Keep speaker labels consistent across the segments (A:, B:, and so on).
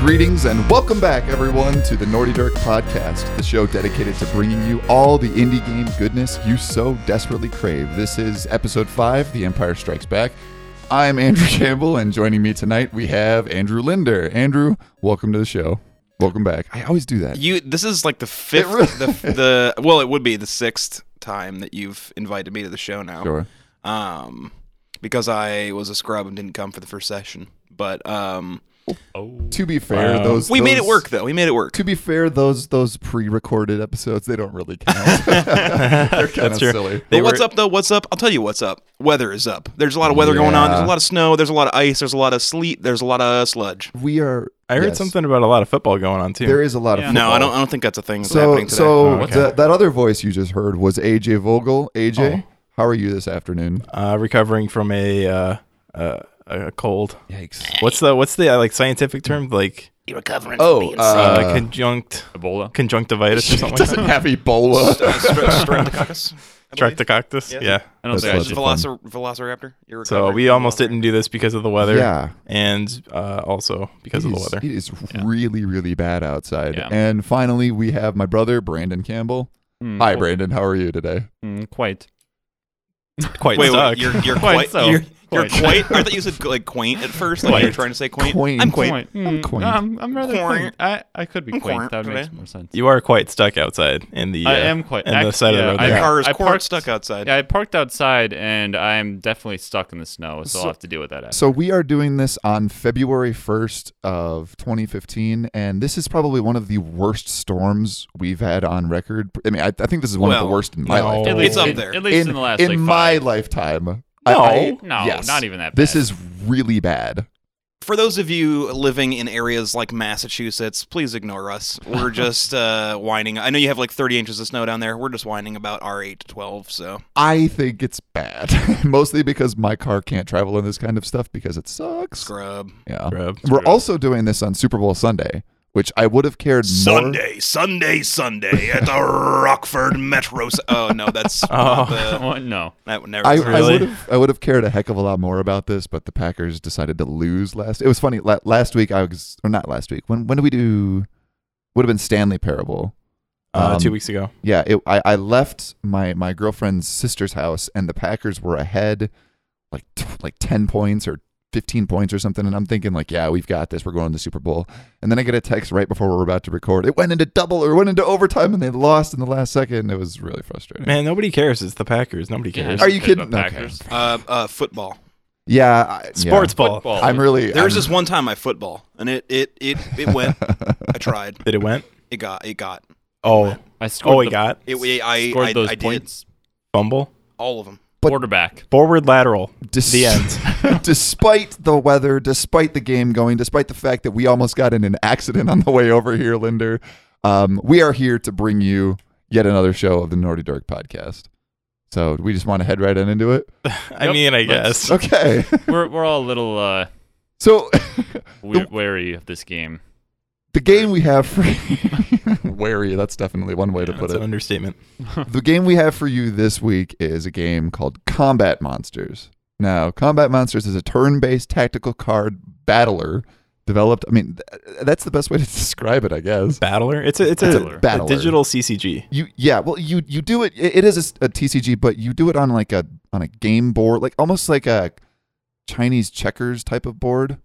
A: Greetings and welcome back, everyone, to the Naughty Dirk podcast, the show dedicated to bringing you all the indie game goodness you so desperately crave. This is episode five, The Empire Strikes Back. I'm Andrew Campbell, and joining me tonight we have Andrew Linder. Andrew, welcome to the show. Welcome back. I always do that.
B: You. This is like the fifth.
A: really-
B: the, the well, it would be the sixth time that you've invited me to the show now.
A: Sure.
B: Um, because I was a scrub and didn't come for the first session. But um,
A: To be fair,
C: Wow.
A: those
B: we made it
A: those-
B: work though. We made it work.
A: To be fair, those those pre-recorded episodes they don't really count. They're kind of
C: That's true.
A: silly.
B: But
C: They
B: what's
C: were-
B: up though? What's up? I'll tell you what's up. Weather is up. There's a lot of weather going on. There's a
A: Yeah.
B: lot of snow. There's a lot of ice. There's a lot of sleet. There's a lot of sludge.
A: We are.
C: I heard
A: yes.
C: something about a lot of football going on too.
A: There is a lot of
B: No, I
A: football.
B: don't. I don't think that's a thing. That's
A: So,
B: happening today.
A: so
C: Oh, okay.
A: that- that other voice you just heard was AJ Vogel. AJ,
C: Oh.
A: how are you this afternoon?
C: uh, recovering from a uh, uh, a cold.
A: Yikes.
C: What's the what's the uh, like scientific term like
A: Oh,
C: uh,
A: uh,
C: conjunct Ebola conjunctivitis or something like
A: doesn't have
C: that?
A: Ebola.
B: Streptococcus. I believe.
C: Streptococcus. Yeah.
D: I don't
A: That's
D: think I
A: lots
D: should.
A: of fun.
B: Velocir- Velociraptor. You're
C: So
B: recovering
C: we
B: from
C: almost
B: Velociraptor.
C: didn't do this because of the weather.
A: yeah.
C: And uh, also because of
A: It
C: the
A: is-
C: weather.
A: It is really, really bad outside.
D: Yeah.
A: And finally, we have my brother, Brandon Campbell.
D: Mm,
A: Hi,
D: qu-
A: Brandon. How are you today?
D: mm, quite.
C: Quite
B: Wait,
C: suck.
B: wait, you're, you're
D: Quite
B: quite,
D: so.
B: you're, you're
D: Quite.
B: quite. I thought you said like quaint at first. Like you were
D: Quite.
B: trying to say quaint.
A: Quaint.
B: I'm quaint.
D: I'm
A: quaint.
D: Hmm. I'm, I'm rather
B: Hmm. Quaint.
D: quaint. I, I could be
B: I'm
D: quaint.
B: quaint
D: That makes
B: today.
D: more sense.
C: You are quite stuck outside in the. Uh,
D: I am quite.
C: in the
D: act-
C: side of the
D: yeah,
C: road
D: I,
B: The
C: there.
B: car is
D: I
B: quite
D: parked,
B: stuck outside.
D: Yeah, I parked outside, and I'm definitely stuck in the snow, so,
A: So-
D: I'll have to deal with that. After.
A: So we are doing this on February 1st of 2015, and this is probably one of the worst storms we've had on record. I mean, I, I think this is one of
B: Well,
A: the worst in my
C: no.
A: life.
D: at
C: It's
D: least
B: up
D: in,
B: there.
D: At least in, the last like,
A: my
D: five.
A: lifetime. No,
D: No, not even that
A: This
D: bad.
A: is really bad.
B: For those of you living in areas like Massachusetts, please ignore us. We're just uh, whining. I know you have like 30 inches of snow down there. We're just whining about our 8 to 12. So
A: I think it's bad, mostly because my car can't travel in this kind of stuff because it sucks.
B: scrub.
A: Yeah,
C: Grub.
A: we're also doing this on Super Bowl Sunday, which I would have cared more.
B: Sunday, Sunday, Sunday at the Rockford Metro. s- Oh no, that's not the,
D: Well, no.
B: that would never.
A: I, I
C: Really?
A: would have I would have cared a heck of a lot more about this, but the Packers decided to lose last. It was funny la- last week. I was or not last week. When when did we do? Would have been Stanley Parable.
C: Uh,
A: Um,
C: two weeks ago.
A: Yeah, it, I, I left my, my girlfriend's sister's house, and the Packers were ahead, like t- like ten points or fifteen points or something. And I'm thinking like, yeah, we've got this. We're going to the Super Bowl. And then I get a text right before we're about to record. It went into double or went into overtime, and they lost in the last second. It was really frustrating.
C: Man, nobody cares. It's the Packers. Nobody
D: Yeah, I
C: cares.
D: don't
A: Are you
D: care
A: kidding?
D: about
A: Okay.
D: Packers.
B: uh, uh, football.
A: Yeah, I, yeah.
C: Sports ball.
D: Football.
A: I'm really.
B: There was
A: I'm-
B: this one time I football, and it it it it went. I tried.
C: Did it went?
B: It got. It got.
C: Oh.
D: I scored.
C: Oh, we
D: the,
C: got
B: It. we- I
D: scored
B: I,
D: those
B: I did
D: points.
C: fumble.
B: all of them.
A: But-
D: Quarterback.
C: Forward lateral.
A: Dis-
C: The end.
A: despite the weather, despite the game going, despite the fact that we almost got in an accident on the way over here, Linder, um, we are here to bring you yet another show of the Naughty Dirk podcast. So we just want to head right in into it.
C: I
D: Yep,
C: mean, I
D: let's-
C: guess.
A: Okay.
D: We're we're all a little uh,
A: So
D: weird, wary of this game.
A: the game we have for wary, that's definitely one way to put
C: That's an
A: it.
C: understatement.
A: The game we have for you this week is a game called Combat Monsters. Now, Combat Monsters is a turn-based tactical card battler developed. I mean, th- that's the best way to describe it, I guess.
C: Battler. It's a it's
A: It's
C: a,
A: a
C: a
A: battler.
C: digital CCG.
A: You yeah, well you you do it. It it is a s- a, TCG, but you do it on like a on a game board, like almost like a Chinese checkers type of board.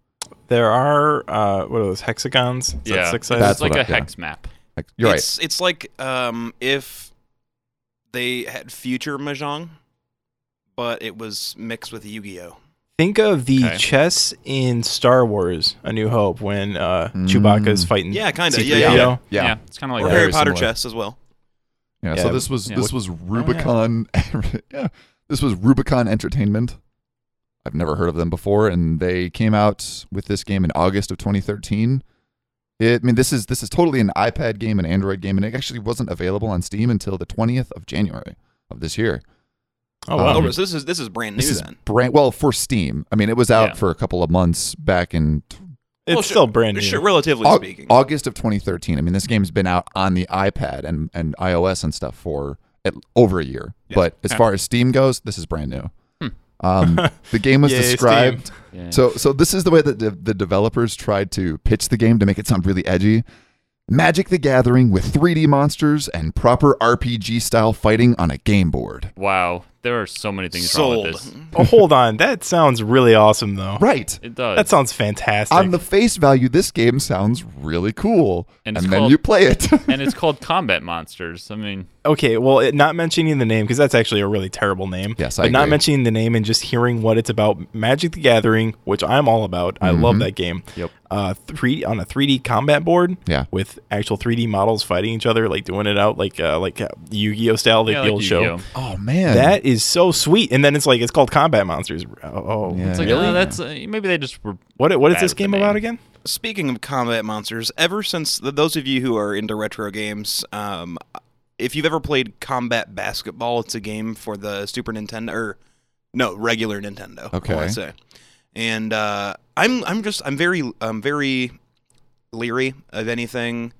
C: There are uh, what are those hexagons? Is that
D: yeah,
C: six
D: it's
C: sides?
A: That's
D: like
A: what
D: a
A: I- yeah.
D: hex map.
A: Like, you're right.
B: it's it's like um, if they had future mahjong, but it was mixed with Yu-Gi-Oh.
C: Think of the
D: Okay.
C: chess in Star Wars: A New Hope when uh,
A: Mm.
C: Chewbacca's fighting.
B: Yeah, kinda. Yeah,
C: C-3PO.
B: yeah, yeah.
D: Yeah,
A: Yeah. yeah.
D: it's kind of
B: Or
A: Yeah.
D: like that.
A: Very
B: Harry Potter
A: similar.
B: chess as well.
A: So
C: Yeah,
A: this was
D: yeah.
A: this was Rubicon. yeah. This was Rubicon Entertainment. I've never heard of them before, and they came out with this game in August of 2013. It, I mean, this is this is totally an iPad game, an Android game, and it actually wasn't available on Steam until the 20th of January of this year.
C: Oh,
A: Um,
C: wow.
B: oh, so this is this is brand new
A: This is
B: then.
A: brand well for Steam. I mean, it was out
D: Yeah.
A: for a couple of months back in
C: it's
B: Well, sure-
C: still brand new.
B: Sure, relatively
A: Au-
B: speaking.
A: August of 2013. I mean, this game's been out on the iPad and, and iOS and stuff for at, over a year. But as far as Steam goes, this is brand new. Um, the game was
C: Yay, Steam.
A: described.
D: Yeah.
A: So, so this is the way that the, the developers tried to pitch the game to make it sound really edgy. Magic the Gathering with 3D monsters and proper RPG style fighting on a game board.
D: wow, there are so many things wrong
B: Sold.
D: with this.
C: Oh, hold on. That sounds really awesome, though.
A: Right.
D: It does.
C: That sounds fantastic.
A: On the face value, this game sounds really cool.
D: And
A: And,
D: it's
A: then
D: called-
A: you play it.
D: and it's called Combat Monsters. I mean,
C: okay, well, it, not mentioning the name because that's actually a really terrible name.
A: Yes, I
C: but not
A: agree.
C: mentioning the name and just hearing what it's about. Magic the Gathering, which I'm all about. I
A: Mm-hmm.
C: love that game.
D: Yep.
C: Uh, three on a 3D combat board.
A: Yeah.
C: With actual 3D models fighting each other, like doing it out like uh, like uh, Yu-Gi-Oh style, like
D: yeah,
C: the
D: like
C: old
D: Yu-Gi-Oh.
C: show.
A: oh, man.
C: That is so sweet. And then it's like it's called Combat Monsters. Oh,
A: Yeah.
D: It's like, oh, that's uh, maybe they just were.
C: what what is
D: Bad
C: this
D: with the
C: game
D: name.
C: about again?
B: Speaking of combat monsters, ever since th those of you who are into retro games, um, if you've ever played Combat Basketball, it's a game for the Super Nintendo or no regular Nintendo. I wanna
A: Okay.
B: say. And uh, I'm I'm just I'm very I'm very leery of anything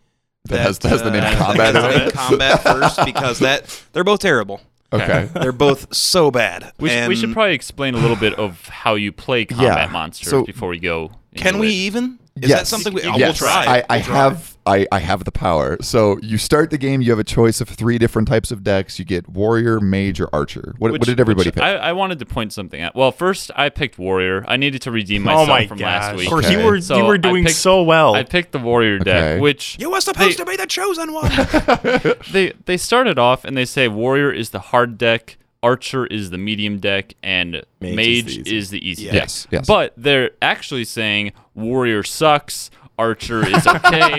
A: That has- that has the name
B: that uh, has
A: combat
B: the
A: in
B: name
A: it.
B: combat first because that they're both terrible.
A: Okay.
B: They're both so bad.
D: We, sh- we should
B: And
D: probably explain a little bit of how you play Combat Monsters
A: so-
D: before we go. into
B: can we
D: it.
B: even? Is that
A: Yes.
B: something we?
D: You-
B: Oh,
D: you-
B: We'll
D: Yes.
B: try.
A: I, I have I, I have the power. So you start the game. You have a choice of three different types of decks. You get warrior, mage, or archer. What, what
D: Which-
A: did everybody
D: which
A: pick?
D: I, I wanted to point something out. Well, first I picked warrior. I needed to redeem myself
C: Oh my
D: from
C: gosh.
D: last week.
C: Of
A: course, you
C: were- you were
D: I
C: doing so well.
D: I picked the warrior deck,
A: Okay.
D: which
B: You were supposed to be the chosen one.
D: they they started off and they say warrior is the hard deck, archer is the medium deck, and
C: Mage is
D: mage,
C: the
D: is,
C: easy.
D: the easy deck.
A: Yes, yes.
D: But they're actually saying warrior sucks. Archer is okay.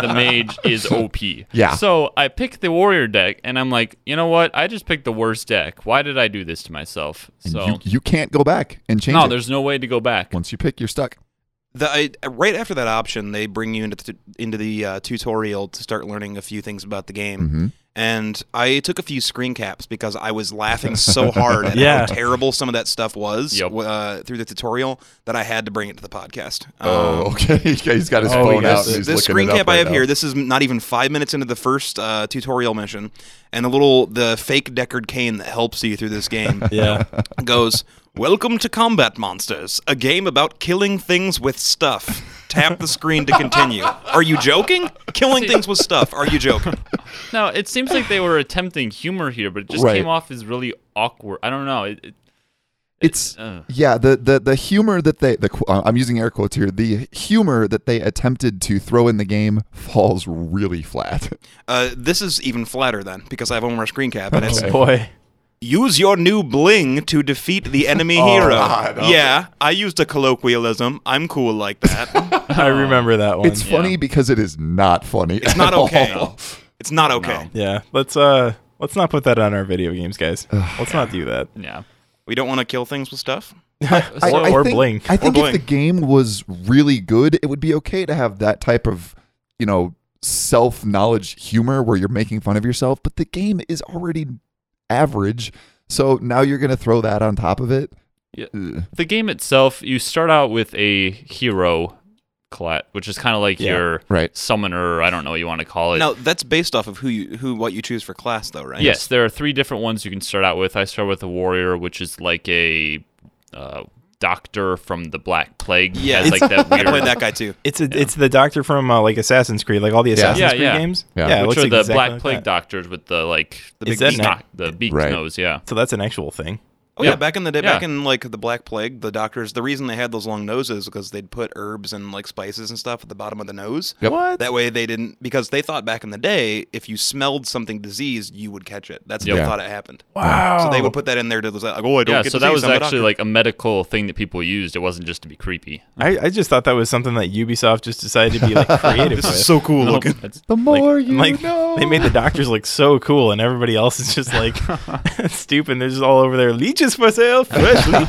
D: the mage is OP.
A: Yeah.
D: So I picked the warrior deck, and I'm like, you know what? I just picked the worst deck. Why did I do this to myself? So
A: you, you can't go back and change.
D: no,
A: it.
D: there's no way to go back.
A: once you pick, you're stuck.
B: the I, right after that option, they bring you into the, into the uh, tutorial to start learning a few things about the game.
A: Mm-hmm.
B: And I took a few screen caps because I was laughing so hard at
C: Yeah.
B: how terrible some of that stuff was
D: Yep.
B: uh, through the tutorial that I had to bring it to the podcast. Um,
A: Oh, okay. He's got his
C: Oh,
A: phone
C: yes.
A: out. And he's
B: the
A: looking
B: screen
A: it up
B: cap I
A: right
B: have
A: now.
B: here. This is not even five minutes into the first uh, tutorial mission, and the little the fake Deckard Kane that helps you through this game
C: Yeah.
B: goes, "Welcome to Combat Monsters, a game about killing things with stuff." Tap the screen to continue. Are you joking? Killing things with stuff. Are you joking?
D: No, it seems like they were attempting humor here, but it just
A: Right.
D: came off as really awkward. I don't know. It, it,
A: It's
D: uh.
A: yeah. The, the the humor that they the qu- uh, I'm using air quotes here. The humor that they attempted to throw in the game falls really flat.
B: Uh, this is even flatter then, because I have one more screen cap, and it's
C: Boy.
B: Use your new bling to defeat the enemy hero. Yeah, I used a colloquialism. I'm cool like that.
D: Oh.
C: I remember that one.
A: It's funny because it is not funny. It's
B: not okay. it's not okay.
C: Yeah, let's uh let's not put that on our video games, guys. let's not do that.
D: yeah.
B: We don't want to kill things with stuff.
A: I-
C: or
A: I
C: or
A: think,
C: blink.
A: I think
B: Or
A: if the
B: Blink.
A: game was really good, it would be okay to have that type of, you know, self knowledge humor where you're making fun of yourself. But the game is already average, so now you're gonna throw that on top of it.
D: Yeah.
A: Ugh.
D: The game itself, you start out with a hero collat, which is kind of like
C: Yeah,
D: your
A: right.
D: summoner, or I don't know what you want to call it.
B: Now that's based off of who you who what you choose for class though, right?
D: Yes, there are three different ones you can start out with. I start with a warrior, which is like a uh, doctor from the Black Plague.
B: Yeah,
D: has, like that
B: I
D: weird,
B: played that guy too.
C: It's a, it's the doctor from uh, like Assassin's Creed, like all the Assassin's
D: Yeah,
C: Creed
D: yeah.
C: games.
A: Yeah.
C: it
D: which
C: looks
D: are the
C: exactly
D: Black
C: like
D: Plague
C: that.
D: doctors with the like the
C: Is that
D: beak,
C: not-
D: the beak
A: Right.
D: nose. Yeah,
C: So that's an actual thing.
B: Oh yeah,
D: Yeah.
B: back in the day,
D: Yeah.
B: back in like the Black Plague, the doctors. The reason they had those long noses because they'd put herbs and like spices and stuff at the bottom of the nose.
A: Yep.
C: What?
B: That way they didn't because they thought back in the day if you smelled something diseased you would catch it. That's what
A: Yeah.
B: they thought it happened.
C: wow.
B: So they would put that in there to like oh I don't
D: yeah.
B: get
D: So that
B: diseased,
D: was
B: I'm a
D: actually
B: doctor.
D: like a medical thing that people used. It wasn't just to be creepy.
C: I, I just thought that was something that Ubisoft just decided to be like creative
B: this
C: with.
B: is so cool
D: Nope,
B: looking.
D: that's-
A: The
C: like,
A: more
C: and,
A: you
C: like,
A: know.
C: they made the doctors look so cool, and everybody else is just like stupid. They're just all over there. Legion
D: leeches for sale. Fresh leeches.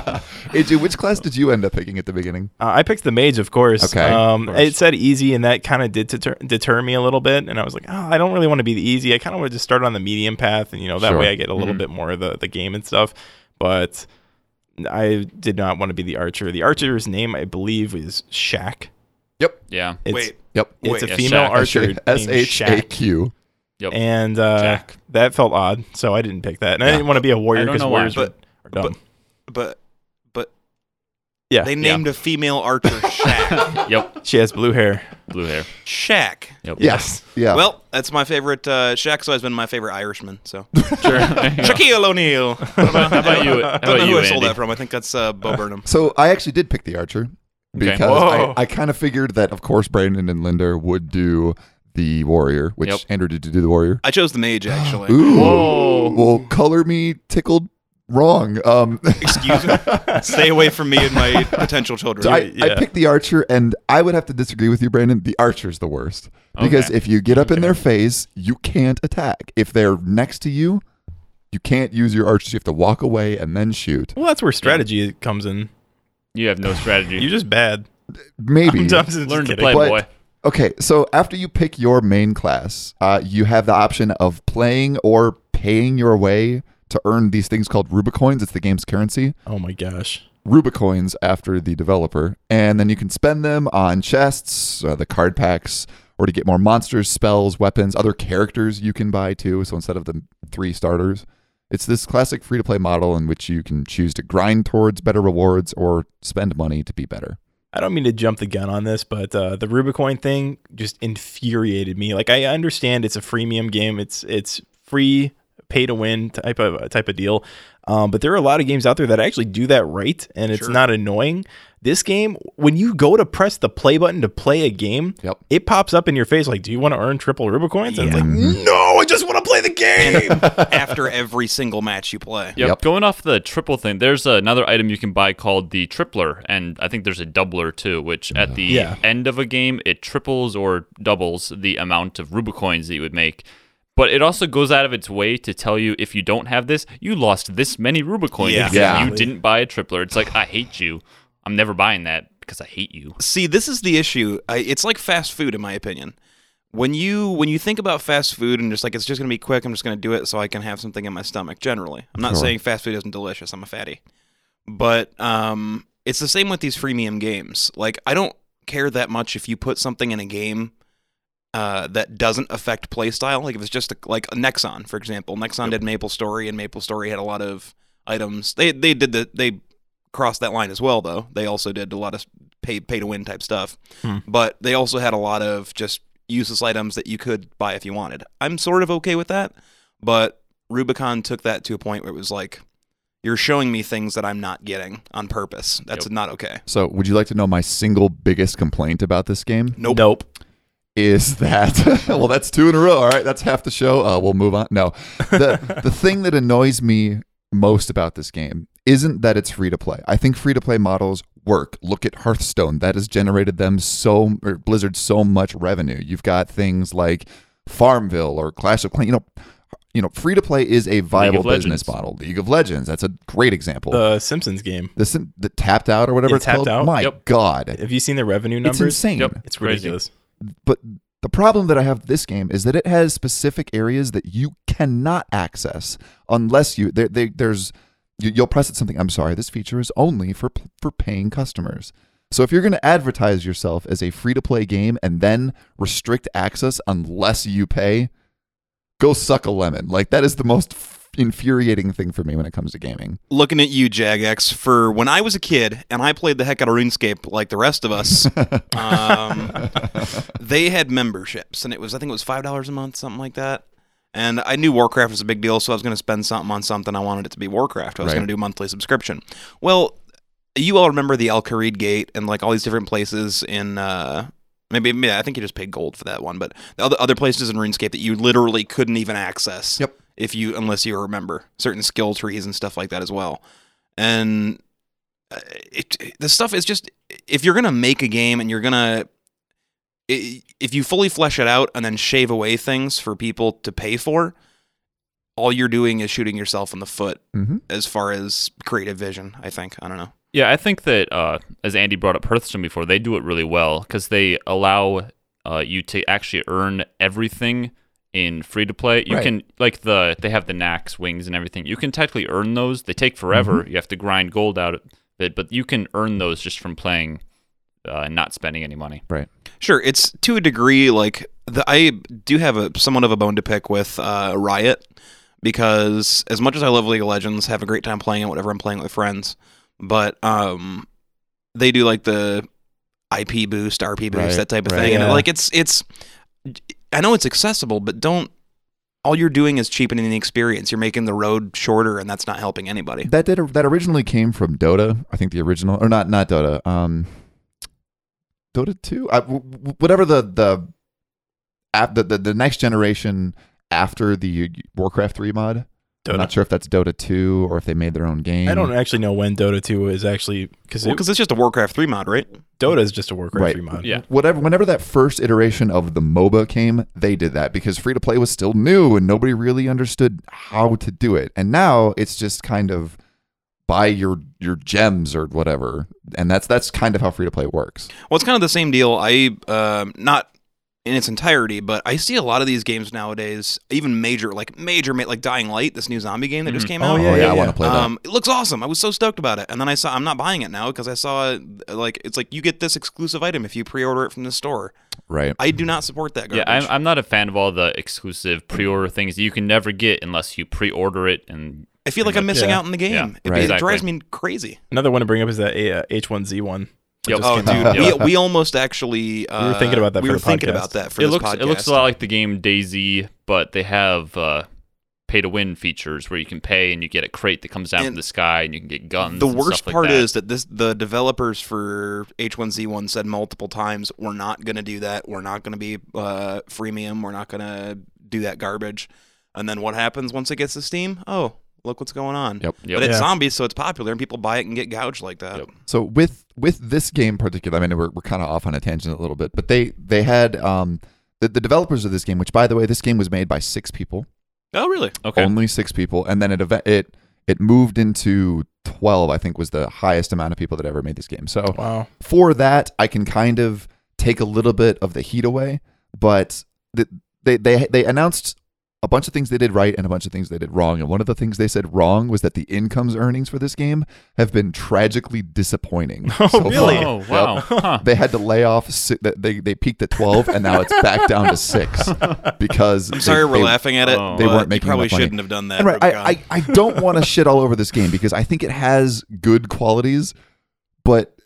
A: AJ, which class did you end up picking at the beginning?
C: Uh, I picked the mage, of course.
A: Okay,
C: Um,
A: of course.
C: It said easy, and that kind of did deter, deter me a little bit. And I was like, oh, I don't really want to be the easy. I kind of want to just start on the medium path, and you know that
A: Sure. Mm-hmm.
C: way I get a little bit more of the, the game and stuff. But I did not want to be the archer. The archer's name, I believe, is Shaq.
A: Yep.
D: Yeah.
C: It's,
B: Wait,
A: Yep.
C: it's
B: wait,
C: a
D: yeah,
C: female
D: Shaq.
C: archer. named
A: S H A
C: Shaq.
A: Q.
D: Yep.
C: And uh,
D: Shaq.
C: that felt odd, so I didn't pick that. And I
A: Yeah.
C: didn't want to be a warrior
D: I don't
C: because
D: know why,
C: warriors
B: but-
C: are dumb.
B: but but
C: yeah,
B: they named a female archer Shaq.
D: yep.
C: she has blue hair.
D: Blue hair.
B: Shaq.
D: Yep.
A: Yes. Yeah.
B: Well, that's my favorite. Uh, Shaq's always been my favorite Irishman. So Shaquille O'Neal. How about,
D: How about you? How about
B: who
D: you,
B: I stole
D: Andy?
B: that from. I think that's uh, Bo Burnham.
A: so I actually did pick the archer
D: Okay.
A: because
C: Whoa.
A: I, I kind of figured that, of course, Brandon and Linder would do the warrior, which
D: Yep.
A: Andrew did you do the warrior?
B: I chose the mage actually.
A: Ooh.
D: Whoa.
A: Well, color me tickled wrong. Um,
B: Excuse me. Stay away from me and my potential children.
A: So I, I
C: yeah.
A: picked the archer, and I would have to disagree with you, Brandon. The archer's the worst because if you get up in their face, you can't attack. If they're next to you, you can't use your archers. You have to walk away and then shoot.
C: Well, that's where strategy comes in.
D: You have no strategy.
C: You're just bad.
A: Maybe
C: I'm just- just
D: learn to
C: kidding.
D: play,
A: But-
D: boy.
A: Okay, so after you pick your main class, uh, you have the option of playing or paying your way to earn these things called Rubicoins. It's the game's currency.
C: Oh my gosh.
A: Rubicoins after the developer, and then you can spend them on chests, uh, the card packs, or to get more monsters, spells, weapons, other characters you can buy too. So instead of the three starters, it's this classic free to play model in which you can choose to grind towards better rewards or spend money to be better.
C: I don't mean to jump the gun on this, but uh, the Rubicoin thing just infuriated me. Like I understand it's a freemium game. It's it's free pay to win type of type of deal. Um, but there are a lot of games out there that actually do that right and it's
B: Sure.
C: not annoying. This game, when you go to press the play button to play a game,
A: Yep.
C: it pops up in your face like, "Do you want to earn triple Rubicoins?" And it's like,
A: No, I just want to play the game.
B: After every single match you play.
D: Yep.
A: Yep.
D: Going off the triple thing, there's another item you can buy called the tripler, and I think there's a doubler too, which at the
C: Yeah.
D: end of a game it triples or doubles the amount of Rubicoins that you would make. But it also goes out of its way to tell you if you don't have this, you lost this many Rubicoins
B: Yeah.
D: because
A: Yeah.
D: you didn't buy a tripler. It's like I hate you. I'm never buying that because I hate you.
B: See, this is the issue. I, it's like fast food, in my opinion. When you when you think about fast food and just like it's just gonna be quick, I'm just gonna do it so I can have something in my stomach. Generally, I'm not
A: Sure.
B: saying fast food isn't delicious. I'm a fatty, but um, it's the same with these freemium games. Like I don't care that much if you put something in a game uh, that doesn't affect playstyle. Like if it's just a, like Nexon, for example. Nexon did Maple Story, and Maple Story had a lot of items. They they did the they crossed that line as well, though. They also did a lot of pay pay to win type stuff,
C: Hmm.
B: but they also had a lot of just useless items that you could buy if you wanted. I'm sort of okay with that, but Rubicon took that to a point where it was like. You're showing me things that I'm not getting on purpose. That's
D: Yep.
B: not okay.
A: so, would you like to know my single biggest complaint about this game?
B: Nope.
A: is that well that's two in a row all right that's half the show uh, we'll move on no the, the thing that annoys me most about this game isn't that it's free to play i think free to play models work look at hearthstone that has generated them so or blizzard so much revenue you've got things like farmville or clash of clans you know you know free to play is a viable business
D: Legends.
A: model league of legends that's a great example
C: The Simpsons game.
A: the, sim- the tapped out or whatever
C: Yeah,
A: it's
C: Tapped
A: called
C: Out.
A: my
D: Yep.
A: god
C: Have you seen the revenue
A: it's
C: numbers?
A: insane
D: Yep.
C: It's
D: Crazy.
C: ridiculous.
A: but the problem that I have with this game is that it has specific areas that you cannot access unless you there. They, there's you- you'll press at something. I'm sorry, this feature is only for for paying customers. So if you're going to advertise yourself as a free to play game and then restrict access unless you pay, go suck a lemon. Like that is the most f- infuriating thing for me when it comes to gaming.
B: looking at you, Jagex, for when I was a kid and I played the heck out of RuneScape like the rest of us. um, they had memberships, and it was I think it was five dollars a month, something like that. And I knew Warcraft was a big deal, so I was going to spend something on something. I wanted it to be Warcraft. I was
A: Right.
B: going to do a monthly subscription. Well, you all remember the Al Qarid Gate and like all these different places in. Uh, Maybe, maybe I think you just paid gold for that one, but the other other places in RuneScape that you literally couldn't even access
A: Yep.
B: if you unless you remember certain skill trees and stuff like that as well. And uh, it, it- the stuff is just if you're gonna make a game and you're gonna i- if you fully flesh it out and then shave away things for people to pay for, all you're doing is shooting yourself in the foot
A: Mhm.
B: as far as creative vision. I think I don't know.
D: Yeah, I think that uh, as Andy brought up Hearthstone before, they do it really well because they allow uh, you to actually earn everything in free to play. You
A: Right.
D: can like the they have the knacks, wings, and everything. You can technically earn those. They take forever. You have to grind gold out of it, but you can earn those just from playing uh, and not spending any money.
A: Right.
B: Sure, it's to a degree like the, I do have a somewhat of a bone to pick with uh, Riot because as much as I love League of Legends, have a great time playing it whenever I'm playing with friends, but um, they do like the IP boost, RP boost,
A: Right,
B: that type of
A: right.
B: thing,
C: Yeah.
B: and like it's it's I know it's accessible, but don't. All you're doing is cheapening the experience. You're making the road shorter, and that's not helping anybody.
A: That did that originally came from Dota. I think the original, or not, not Dota. Um, Dota two, I, w- w- whatever the the app, the, the the next generation after the Warcraft three mod. I'm not
C: Dota.
A: sure if that's Dota two or if they made their own game.
C: I don't actually know when Dota 2 is actually because
B: Well, because it's just a Warcraft three mod, right?
C: Dota is just a Warcraft
A: Right.
C: 3 mod.
D: Yeah.
A: Whatever, whenever that first iteration of the MOBA came, they did that because free to play was still new and nobody really understood how to do it. And now it's just kind of buy your your gems or whatever, and that's that's kind of how free to play works.
B: Well, it's kind of the same deal. I um, not in its entirety, but I see a lot of these games nowadays, even major, like major, ma- like Dying Light, this new zombie game that just came
C: Oh,
B: out.
A: oh yeah,
C: yeah,
A: I want
C: yeah.
A: to play that.
B: Um, it looks awesome. I was so stoked about it, and then I saw I'm not buying it now because I saw like it's like you get this exclusive item if you pre-order it from the store.
A: right.
B: I do not support that garbage.
D: Yeah, I'm, I'm not a fan of all the exclusive pre-order things that you can never get unless you pre-order it. And
B: I feel like I'm missing
C: Yeah.
B: out on the game.
D: Yeah,
B: it,
A: right.
B: it drives me crazy.
C: Another one to bring up is that uh, H1Z1.
D: Yep.
C: just
B: Oh,
C: came out.
B: dude, we, we almost actually uh,
C: were thinking about that
B: We
C: for
B: were
C: the
B: thinking
C: podcast.
B: about that for
D: it
B: this
D: looks
B: podcast.
D: it looks a lot like the game Daisy, but they have uh, pay to win features where you can pay and you get a crate that comes down from
B: And
D: the sky and you can get guns.
B: The
D: and
B: worst
D: stuff like
B: part
D: that.
B: is that this the developers for H1Z1 said multiple times, "We're not going to do that. We're not going to be uh, freemium. We're not going to do that garbage." And then what happens once it gets to Steam? Oh, look what's going on.
A: Yep.
D: Yep.
B: But it's
C: Yeah.
B: zombies, so it's popular, and people buy it and get gouged like that.
D: Yep.
A: So with with this game in particular, I mean we're, we're kind of off on a tangent a little bit, but they they had um the, the developers of this game, which by the way, this game was made by six people,
B: Oh, really?
D: okay.
A: only six people, and then it eve- it it moved into twelve. I think was the highest amount of people that ever made this game. So
C: Wow.
A: for that, I can kind of take a little bit of the heat away, but th they they they announced a bunch of things they did right and a bunch of things they did wrong. And one of the things they said wrong was that the incomes earnings for this game have been tragically disappointing.
C: Oh,
A: so far.
C: really?
D: Oh wow. Huh.
A: They had to lay off. si- that They they peaked at twelve, and now it's back down to six because
B: I'm sorry
A: they,
B: we're
A: they-
B: laughing at it.
D: oh.
A: They
B: but
A: weren't
B: you
A: making
B: probably
A: enough money.
B: shouldn't have done that.
A: And right, I,
B: Rubicon.
A: I, I don't want to shit all over this game because I think it has good qualities, but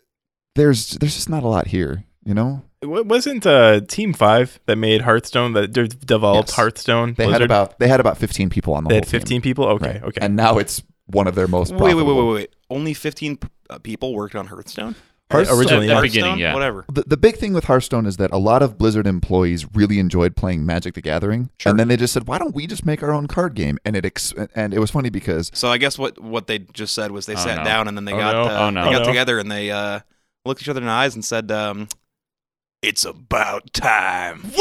A: there's there's just not a lot here, you know.
C: W- wasn't uh, Team 5 that made Hearthstone, that de- developed
A: Yes.
C: Hearthstone?
A: They had
C: Blizzard?
A: about they had about fifteen people on the
C: They
A: whole
C: had
A: team.
C: 15 people? Okay,
A: Right.
C: okay.
A: And now it's one of their most
B: wait, wait, wait,
A: profitable.
B: wait, wait. Only 15 p- uh, people worked on Hearthstone.
A: Hearthstone-
C: originally, uh,
D: At
C: yeah.
D: the beginning,
B: Hearthstone?
D: yeah.
B: Whatever.
A: The, the big thing with Hearthstone is that a lot of Blizzard employees really enjoyed playing Magic the Gathering,
B: Sure.
A: and then they just said, "Why don't we just make our own card game?" And it ex- and it was funny because
B: So I guess what what they just said was they
D: Oh,
B: sat
D: no.
B: down and then they
C: Oh,
B: got
C: no.
B: uh,
D: Oh, no.
B: they
C: Oh,
B: got
C: no.
B: together and they uh, looked each other in the eyes and said, um, "It's about time."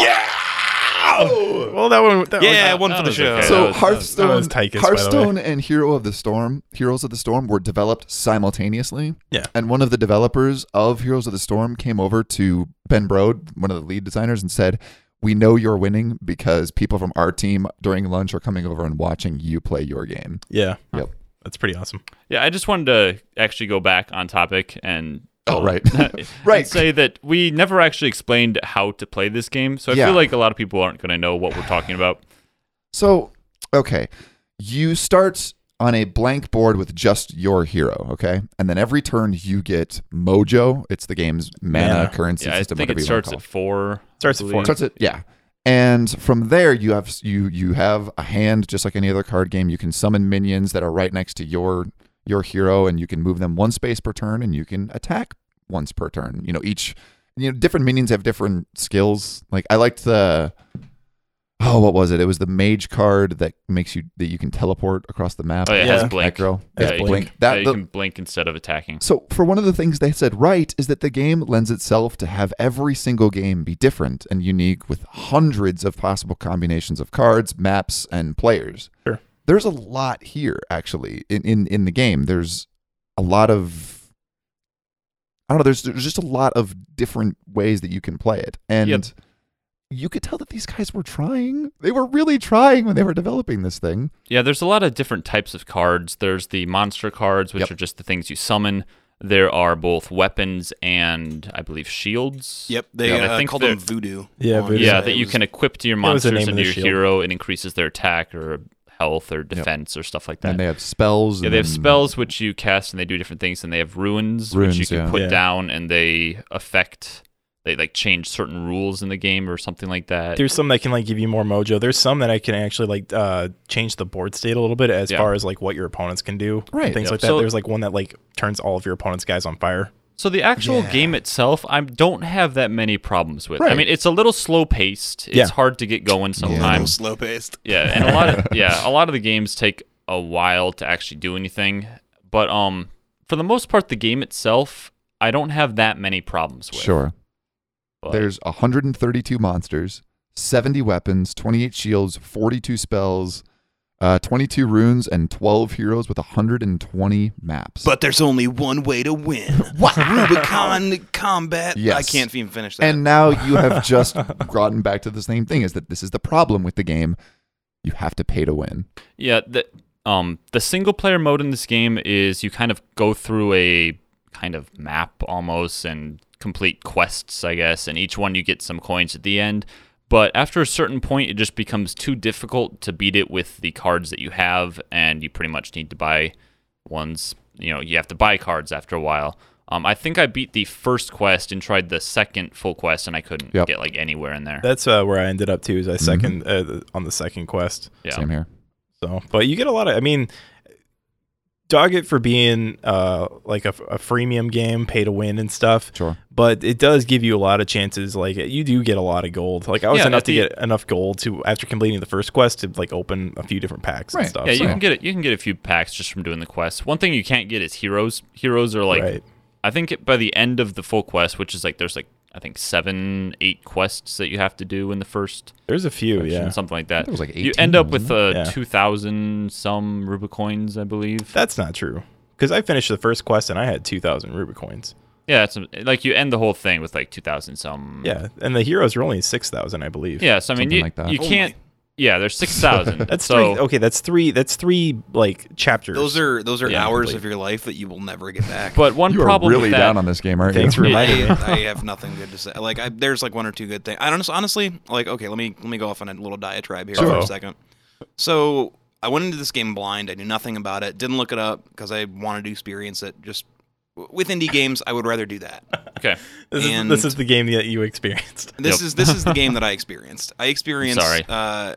C: Wow! Well, that one. That
B: yeah, one
C: one,
D: that
B: for the
D: was
B: show.
D: okay.
A: so
D: that was-
A: Hearthstone,
C: that was Tychus, by the way.
A: Hearthstone and Hero of the Storm, Heroes of the Storm were developed simultaneously.
C: Yeah.
A: And one of the developers of Heroes of the Storm came over to Ben Brode, one of the lead designers, and said, "We know you're winning because people from our team during lunch are coming over and watching you play your game."
C: yeah.
A: Yep.
C: That's pretty awesome.
D: Yeah, I just wanted to actually go back on topic and um,
A: Oh, right.
D: and
A: Right.
D: say that we never actually explained how to play this game, so I
A: Yeah.
D: feel like a lot of people aren't going to know what we're talking about.
A: So, okay, you start on a blank board with just your hero, okay, and then every turn you get mojo. It's the game's mana,
C: Mana.
A: currency
D: Yeah, I
A: system.
D: think
A: whatever
D: it
A: you wanna
D: starts
A: call
D: at four. I
C: Starts at four.
D: believe.
A: starts at yeah and from there you have you you have a hand just like any other card game you can summon minions that are right next to your your hero and you can move them one space per turn and you can attack once per turn you know each you know different minions have different skills like i liked the oh what was it it was the mage card that makes you that you can teleport across the map
D: Oh, yeah, it
C: Yeah.
D: has blink.
A: that girl
D: Yeah,
A: yeah,
D: you
A: blink
D: Can,
A: that
D: yeah, you
A: the-
D: can blink instead of attacking.
A: so, for one of the things they said right is that the game lends itself to have every single game be different and unique with hundreds of possible combinations of cards, maps, and players.
C: Sure.
A: there's a lot here actually in in, in the game. There's a lot of I don't know. There's there's just a lot of different ways that you can play it, and
D: Yep.
A: you could tell that these guys were trying. They were really trying when they were developing this thing.
D: Yeah, there's a lot of different types of cards. There's the monster cards, which
A: Yep.
D: are just the things you summon. There are both weapons and I believe shields.
B: Yep, they
D: Yeah, I
B: uh,
D: think
B: called them
D: they're-
B: voodoo.
C: Yeah,
B: on-
C: voodoo.
D: Yeah,
B: it
D: that you
B: was-
D: can equip to your
C: That was the
D: monsters
C: name
D: and
C: of
D: to
C: the
D: your
C: shield.
D: hero. It increases their attack or health or defense or stuff like that.
A: And they have spells.
D: yeah,
A: and
D: they have
A: then-
D: spells which you cast and they do different things, and they have ruins,
A: Runes,
D: which you can
A: yeah.
D: put
C: Yeah.
D: down and they affect. They like change certain rules in the game or something like that.
C: There's some that can like give you more mojo. There's some that I can actually like uh change the board state a little bit as
D: Yeah.
C: far as like what your opponents can do. and
A: Right.
C: Things
D: Yep.
C: like that.
D: So-
C: There's like one that like turns all of your opponent's guys on fire.
D: So the actual
B: Yeah.
D: game itself, I don't have that many problems with. I
A: Right.
D: mean, it's a little slow paced. It's
C: Yeah.
D: hard to get
B: I'm
D: going sometimes.
B: slow paced.
D: Yeah. and a lot of yeah, a lot of the games take a while to actually do anything. But um, for the most part, the game itself, I don't have that many problems with.
A: Sure.
D: but-
A: There's 132 monsters, 70 weapons, 28 shields, 42 spells, uh, 22 runes, and 12 heroes with 120 maps.
B: But there's only one way to win. what Rubicon combat? I
A: Yes.
B: can't even finish that.
A: and now you have just gotten back to the same thing: is that this is the problem with the game. You have to pay to win.
D: Yeah, the um the single player mode in this game is you kind of go through a kind of map almost and complete quests, I guess, and each one you get some coins at the end. But after a certain point, it just becomes too difficult to beat it with the cards that you have, and you pretty much need to buy ones. You know, you have to buy cards after a while. Um, I think I beat the first quest and tried the second full quest, and I couldn't
A: Yep.
D: get like anywhere in there.
C: That's uh, where I ended up too. Is I 2nd uh, on the second quest.
D: yeah.
A: Same here.
C: So, but you get a lot of. I mean, dog it for being uh like a, a freemium game, pay to win and stuff.
A: Sure.
C: But it does give you a lot of chances. Like you do get a lot of gold. Like I was
D: Yeah,
C: enough
D: at
C: to
D: the-
C: get enough gold to after completing the first quest to like open a few different packs
A: Right.
C: and stuff.
D: Yeah,
C: so-
D: you can get it. You can get a few packs just from doing the quest. One thing you can't get is heroes. Heroes are like,
C: Right.
D: I think it, by the end of the full quest, which is like there's like I think seven, eight quests that you have to do in the first
C: There's a few.
D: section,
C: Yeah,
D: something like that.
A: there was like
D: you end up
A: 18,
D: with uh,
C: Yeah.
D: two thousand some Rubicoins, I believe.
C: that's not true. Because I finished the first quest and I had two thousand Rubicoins.
D: yeah, it's like you end the whole thing with like two thousand some.
C: Yeah, and the heroes are only six thousand, I believe.
D: yeah. So I mean,
A: Something
D: you,
A: like that.
D: you
B: Oh my.
D: can't. Yeah, there's six thousand.
C: that's Oh,
D: so
C: three. Okay, that's three. That's three like chapters.
B: those are those are
D: Yeah,
B: hours
D: complete.
B: of your life that you will never get back.
D: But one
A: You are
D: problem
A: really
D: with that,
A: down on this game, aren't you?
C: Thanks for reminding me.
B: I, I have nothing good to say. Like, I, there's like one or two good things. I don't honestly like. Okay, let me let me go off on a little diatribe here for
C: Sure.
B: a second. So I went into this game blind. I knew nothing about it. Didn't look it up because I wanted to experience it. Just with indie games, I would rather do that.
D: Okay,
C: this, is,
B: and-
C: this is the game that you experienced.
B: This
D: Yep.
B: is this is the game that I experienced. I experienced
D: Sorry.
B: Uh,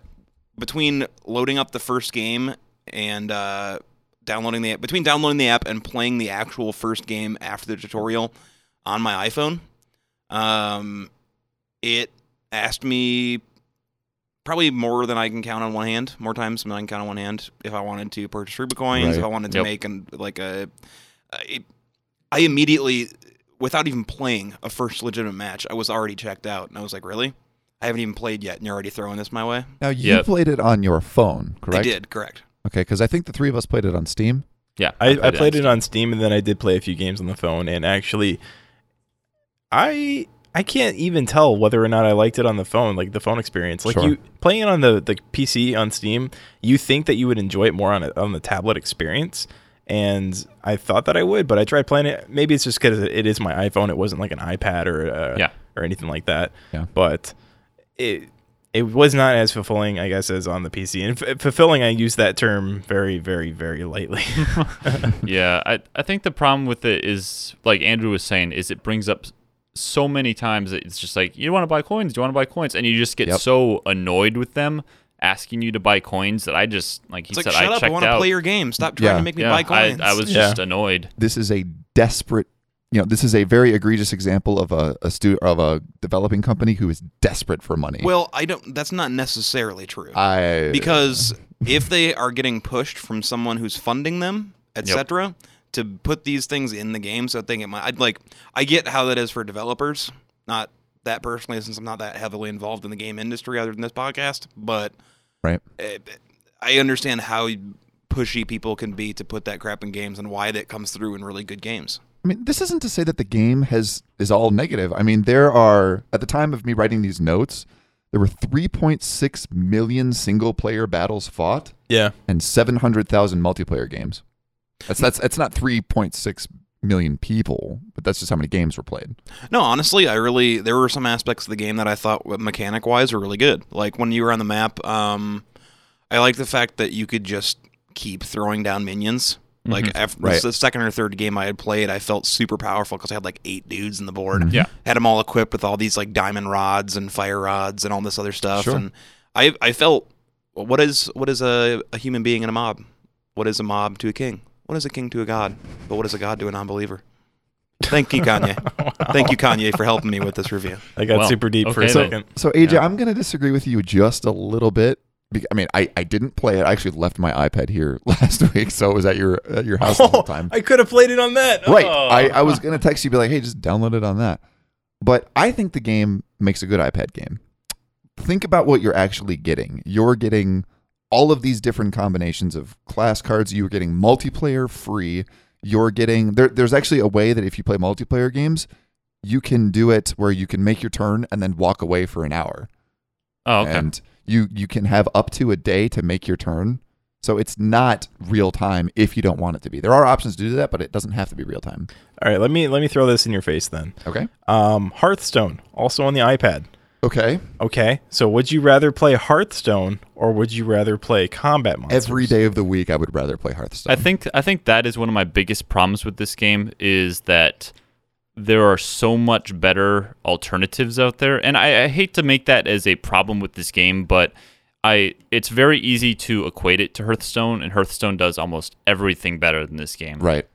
B: between loading up the first game and uh, downloading the between downloading the app and playing the actual first game after the tutorial on my iPhone. Um, it asked me probably more than I can count on one hand, more times than I can count on one hand. If I wanted to purchase Rubicoins,
A: Right.
B: if I wanted to
D: Yep.
B: make an, like a, I, I immediately, without even playing a first legitimate match, I was already checked out, and I was like, really? I haven't even played yet, and you're already throwing this my way.
A: Now you
D: Yep.
A: played it on your phone, correct?
B: I did, correct.
A: Okay, because I think the three of us played it on Steam.
D: yeah.
C: I, I played
D: on
C: it on Steam and then I did play a few games on the phone and actually I I can't even tell whether or not I liked it on the phone, like the phone experience. Like
A: Sure.
C: you playing it on the, the PC on Steam, you think that you would enjoy it more on a, on the tablet experience. And I thought that I would, but I tried playing it. Maybe it's just because it is my iPhone. It wasn't like an iPad or uh,
D: Yeah.
C: or anything like that.
A: Yeah.
C: But it it was not as fulfilling, I guess, as on the PC. And f- fulfilling, I use that term very, very, very lightly.
D: yeah, I I think the problem with it is like Andrew was saying is it brings up so many times that it's just like you want to buy coins, do you want to buy coins, and you just get
A: Yep.
D: so annoyed with them asking you to buy coins that I just like he
B: It's like,
D: said
B: shut
D: I
B: up, I
D: checked
B: want to
D: out.
B: play your game. Stop trying
A: Yeah.
B: to make me
D: yeah,
B: buy coins.
D: I, I was
C: Yeah.
D: just annoyed.
A: this is a desperate you know this is a very egregious example of a, a stu- of a developing company who is desperate for money
B: Well, I don't. That's not necessarily true.
A: i
B: because if they are getting pushed from someone who's funding them, etc., to put these things in the game, so I think it might. I'd like. I get how that is for developers. Not that personally, since I'm not that heavily involved in the game industry other than this podcast. But
A: right
B: eh, I understand how pushy people can be to put that crap in games and why that comes through in really good games.
A: I mean, this isn't to say that the game has is all negative. I mean, there are at the time of me writing these notes, there were 3.6 million single player battles fought
C: Yeah.
A: and 700,000 multiplayer games. That's that's that's not 3.6 million people, but that's just how many games were played.
B: No, honestly, I really there were some aspects of the game that I thought mechanic wise were really good. Like when you were on the map, um, I like the fact that you could just keep throwing down minions. Like after
A: Right.
B: the second or third game I had played, I felt super powerful because I had like eight dudes in the board.
D: Yeah.
B: had them all equipped with all these like diamond rods and fire rods and all this other stuff.
A: Sure.
B: And I I felt what is what is a, a human being in a mob? What is a mob to a king? What is a king to a god? But what is a god to a non-believer? Thank you, Kanye. Thank you, Kanye, for helping me with this review.
C: I got
D: Well,
C: super deep for a
D: okay then.
C: second.
A: So AJ, I'm going to disagree with you just a little bit. Be- I mean, I, I didn't play it. I actually left my iPad here last week, so it was at your at your house the whole time.
C: Oh, I could have played it on that.
A: Right.
C: Oh.
A: I, I was gonna text you, be like, hey, just download it on that. But I think the game makes a good iPad game. Think about what you're actually getting. You're getting all of these different combinations of class cards. You're getting multiplayer free. You're getting there, there's actually a way that if you play multiplayer games, you can do it where you can make your turn and then walk away for an hour.
D: Oh, okay.
A: And you you can have up to a day to make your turn. So it's not real time if you don't want it to be. There are options to do that, but it doesn't have to be real time.
C: All right, let me let me throw this in your face then.
A: Okay.
C: Um, Hearthstone, also on the iPad.
A: Okay.
C: Okay, so would you rather play Hearthstone or would you rather play Combat Monsters?
A: Every day of the week, I would rather play
D: I
A: Hearthstone.
D: think I think that is one of my biggest problems with this game is that there are so much better alternatives out there, and I, I hate to make that as a problem with this game, but I it's very easy to equate it to Hearthstone, and Hearthstone does almost everything better than this game.
A: right.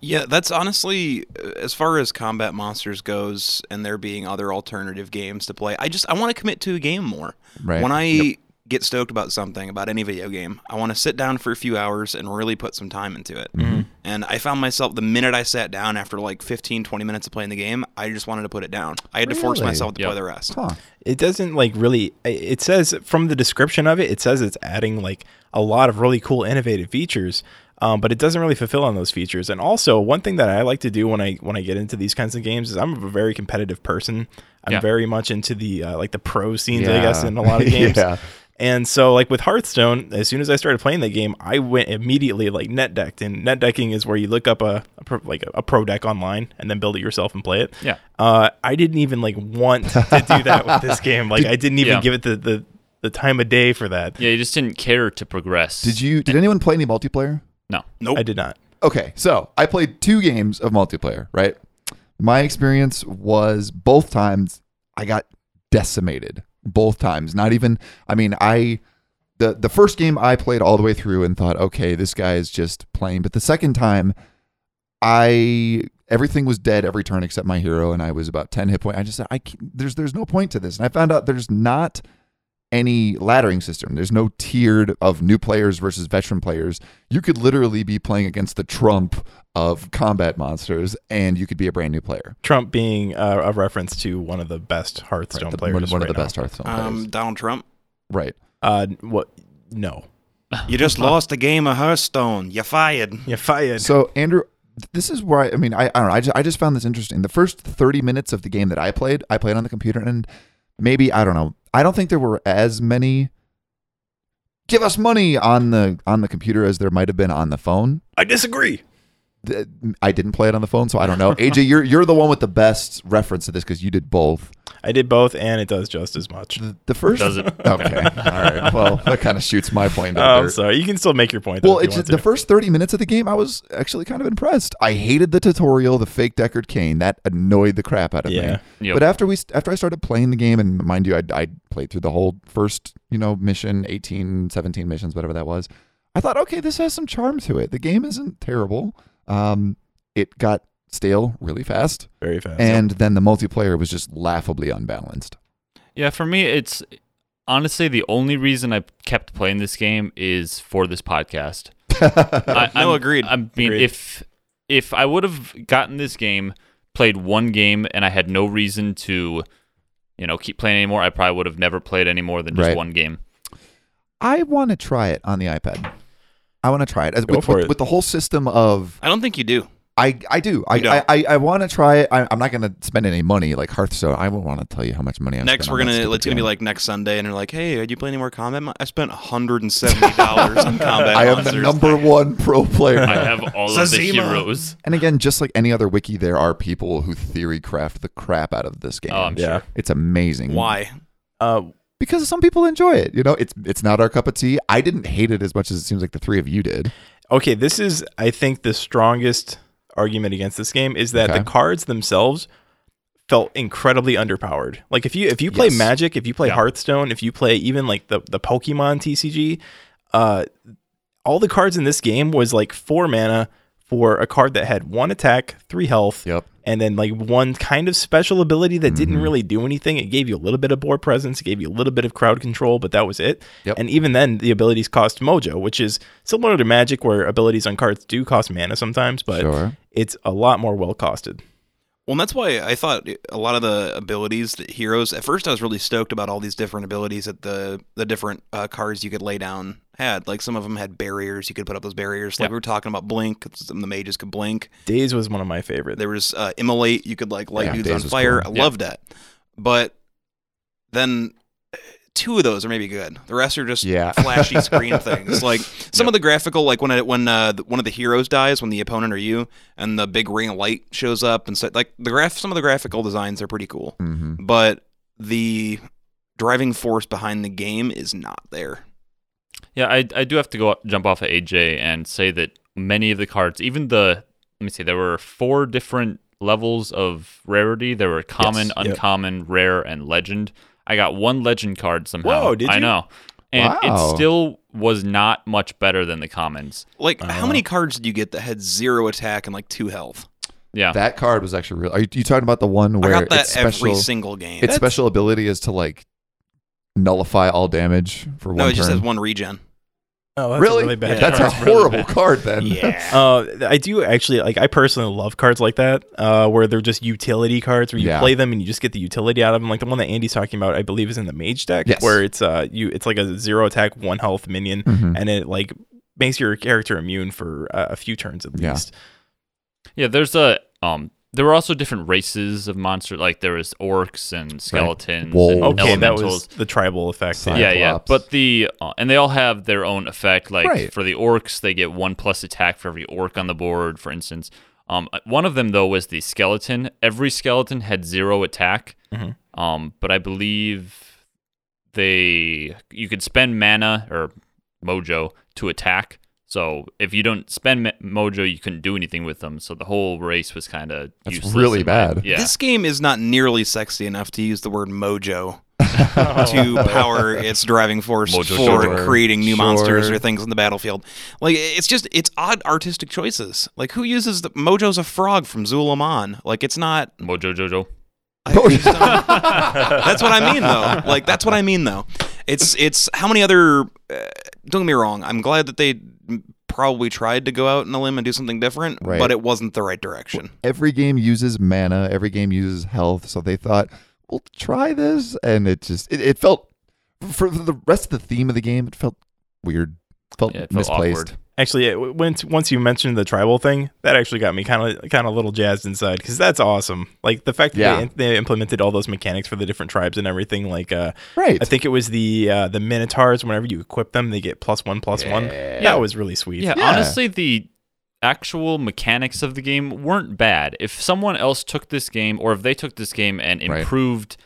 B: Yeah, that's honestly uh, as far as combat monsters goes, and there being other alternative games to play. I just I want to commit to a game more.
A: Right.
B: When I get stoked about something about any video game, I want to sit down for a few hours and really put some time into it.
A: Mm-hmm.
B: And I found myself the minute I sat down after like 15, 20 minutes of playing the game, I just wanted to put it down. I had to force
A: Really?
B: myself to
D: Yep.
B: play the rest.
A: Huh.
C: it doesn't like really i- it says from the description of it it says it's adding like a lot of really cool innovative features um, but it doesn't really fulfill on those features and also one thing that i like to do when i when i get into these kinds of games is i'm a very competitive person i'm
D: Yeah.
C: very much into the uh, like the pro scenes i guess
A: Yeah.
C: in a lot of games
A: Yeah.
C: and so like with hearthstone as soon as i started playing that game i went immediately like net decked and net decking is where you look up a, a pro, like a pro deck online and then build it yourself and play it
D: Yeah.
C: uh, I didn't even like want to do that with this game. Like I didn't even
D: yeah.
C: give it the, the the time of day for that.
D: Yeah, you just didn't care to progress.
A: Did you? Did anyone play any multiplayer?
D: No.
B: Nope.
C: I did not.
A: Okay. So I played two games of multiplayer. Right. My experience was both times I got decimated. Both times. Not even. I mean, I. The, the first game I played all the way through and thought, okay, this guy is just playing. But the second time, I everything was dead every turn except my hero, and I was about ten hit point. I just said, I can't- there's there's no point to this, and I found out there's not any laddering system. There's no tiered of new players versus veteran players. You could literally be playing against the trump of combat monsters, and you could be a brand new player,
C: Trump being uh, a reference to one of the best Hearthstone
A: The-
C: players.
A: one, one of
C: right
A: the
C: now.
A: best Hearthstone
B: Um,
A: players,
B: Donald Trump,
A: right?
C: Uh, what? No,
B: you just lost a game of Hearthstone. You fired.
C: you fired.
A: So Andrew, th- this is where I, I mean I, I don't know I just, I just found this interesting. The first thirty minutes of the game that I played, I played on the computer, and maybe I don't know. I don't think there were as many give us money on the on the computer as there might have been on the phone.
C: I disagree.
A: Th- I didn't play it on the phone, so I don't know. AJ, you're you're the one with the best reference to this because you did both.
C: I did both, and it does just as much.
A: The, the first
D: Does it?
A: okay, all right. Well, that kind of shoots my plane to the
C: Um,
A: dirt.
C: so you can still make your point. though,
A: Well,
C: if you
A: it's
C: want
A: the
C: to.
A: first 30 minutes of the game, I was actually kind of impressed. I hated the tutorial, the fake Deckard Kane. That annoyed the crap out of
C: Yeah.
A: me.
D: Yep.
A: But after we after I started playing the game, and mind you, I, I played through the whole first, you know, mission, 18, 17 missions, whatever that was. I thought, okay, this has some charm to it. The game isn't terrible. Um, it got stale really fast,
C: very fast.
A: and then the multiplayer was just laughably unbalanced.
D: Yeah, for me, it's honestly the only reason I kept playing this game is for this podcast. I,
B: No,
D: I'm-
B: agreed.
D: I mean,
C: Agreed.
D: if if I would have gotten this game, played one game, and I had no reason to, you know, keep playing anymore, I probably would have never played any more than just
A: Right.
D: one game.
A: I want to try it on the iPad. I want to try it. As-
C: Go
A: with,
C: for
A: with-
C: it.
A: with the whole system of
B: I don't think you do.
A: I, I do. I
B: You don't.
A: I, I, I want to try it. I, I'm not going to spend any money like Hearthstone. I won't want to tell you how much money I'm
B: Next, we're
A: spending on that
B: gonna
A: stupid
B: it's gonna be
A: game.
B: like next Sunday, and they're like, "Hey, did you play any more combat? Mon- I spent 170 dollars on combat.
A: I am
B: monsters.
A: the number one pro player.
D: I have all of the
B: Zazima.
D: heroes.
A: and again, just like any other wiki, there are people who theory craft the crap out of this game.
D: Oh, I'm
C: Yeah.
D: sure.
A: it's amazing.
B: Why?
C: Uh,
A: Because some people enjoy it. You know, it's it's not our cup of tea. I didn't hate it as much as it seems like the three of you did.
C: okay, this is I think the strongest argument against this game is that
A: Okay.
C: the cards themselves felt incredibly underpowered. Like if you if you play
A: Yes.
C: Magic, if you play
D: Yeah.
C: Hearthstone, if you play even like the the Pokemon TCG, uh all the cards in this game was like four mana for a card that had one attack, three health,
A: Yep.
C: and then like one kind of special ability that
A: Mm-hmm.
C: didn't really do anything. It gave you a little bit of board presence, it gave you a little bit of crowd control, but that was it.
A: Yep.
C: And even then, the abilities cost mojo, which is similar to Magic, where abilities on cards do cost mana sometimes, but
A: Sure.
C: it's a lot more well costed.
B: Well, and that's why I thought a lot of the abilities, the heroes. At first, I was really stoked about all these different abilities that the the different uh, cards you could lay down had. Like some of them had barriers. You could put up those barriers. Like we were talking about blink. Some of the mages could blink.
C: Days was one of my favorite.
B: There was uh, immolate. You could like light
A: Yeah,
B: dudes
A: Daze
B: on
A: was
B: fire.
A: cool.
B: I
D: Yeah.
B: loved that. But then eh, two of those are maybe good. The rest are just
A: Yeah.
B: flashy screen things. Like some of the graphical, like when I, when uh, th- one of the heroes dies, when the opponent or you, and the big ring of light shows up, and so like the graph. Some of the graphical designs are pretty cool,
A: hmm
B: but the driving force behind the game is not there.
D: Yeah, I, I do have to go up- jump off of AJ and say that many of the cards, even the let me see, there were four different levels of rarity. There were common,
C: Yep.
D: uncommon, rare, and legend. I got one legend card somehow.
C: Whoa, did
D: I
C: you?
D: know. And
A: Wow.
D: it still was not much better than the commons.
B: Like,
C: Uh.
A: Uh-huh.
B: how many cards did you get that had zero attack and like two health?
D: Yeah.
A: That card was actually real. Are you, you talking about the one where
B: I got
A: it's
B: that
A: special?
B: every single game.
A: its special ability is to like nullify all damage for one
B: no, it just
A: turn.
B: has one regen.
C: Oh, that's
A: really?
D: bad
A: That's
D: card.
A: a
D: It's really
A: horrible
D: bad.
A: card then.
B: Yeah.
C: Uh, I do actually like. I personally love cards like that, uh, where they're just utility cards, where you
A: Yeah.
C: play them and you just get the utility out of them. Like the one that Andy's talking about, I believe, is in the Mage deck,
A: Yes.
C: where it's uh, you, it's like a zero attack, one health minion,
B: Mm-hmm.
A: Mhm.
C: and it like makes your character immune for uh, a few turns at
A: Yeah.
C: least.
D: Yeah, there's a um there were also different races of monster like there was orcs and skeletons and
B: Oh,
A: Wolves.
C: Okay, that was
D: elementals.
C: the tribal effect.
A: Sci-
D: yeah, yeah,
A: Cyclops.
D: but the uh, and they all have their own effect. Like
A: Right.
D: for the orcs, they get one plus attack for every orc on the board. For instance, um, one of them though was the skeleton. Every skeleton had zero attack.
C: Mhm.
A: Mm-hmm.
D: Um, but I believe they you could spend mana or mojo to attack. So if you don't spend ma- mojo, you couldn't do anything with them. So the whole race was kind of
A: That's really bad.
D: Yeah,
B: This game is not nearly sexy enough to use the word mojo to power its driving force
D: Mojo,
B: for
D: sure.
B: creating new
A: Sure.
B: monsters or things on the battlefield. Like it's just it's odd artistic choices. Like who uses the mojo's a frog from Zulaman? Like it's not
D: mojo jojo.
B: I- I just don't- that's what I mean though. Like that's what I mean though. It's it's how many other uh, don't get me wrong, I'm glad that they probably tried to go out on a limb and do something different,
A: Right.
B: but it wasn't the right direction.
A: Every game uses mana. Every game uses health. So they thought, we'll try this, and it just it, it felt for the rest of the theme of the game, it felt weird. Felt
D: Yeah, it felt
A: misplaced.
D: awkward.
C: Actually, it, once once you mentioned the tribal thing, that actually got me kind of kind of a little jazzed inside because that's awesome. Like the fact that
A: Yeah.
C: they, in- they implemented all those mechanics for the different tribes and everything. Like uh,
A: Right.
C: I think it was the uh, the minotaurs. Whenever you equip them, they get plus one plus one. That was really sweet.
D: Yeah,
A: Yeah.
D: honestly, the actual mechanics of the game weren't bad. If someone else took this game, or if they took this game and
A: Right.
D: improved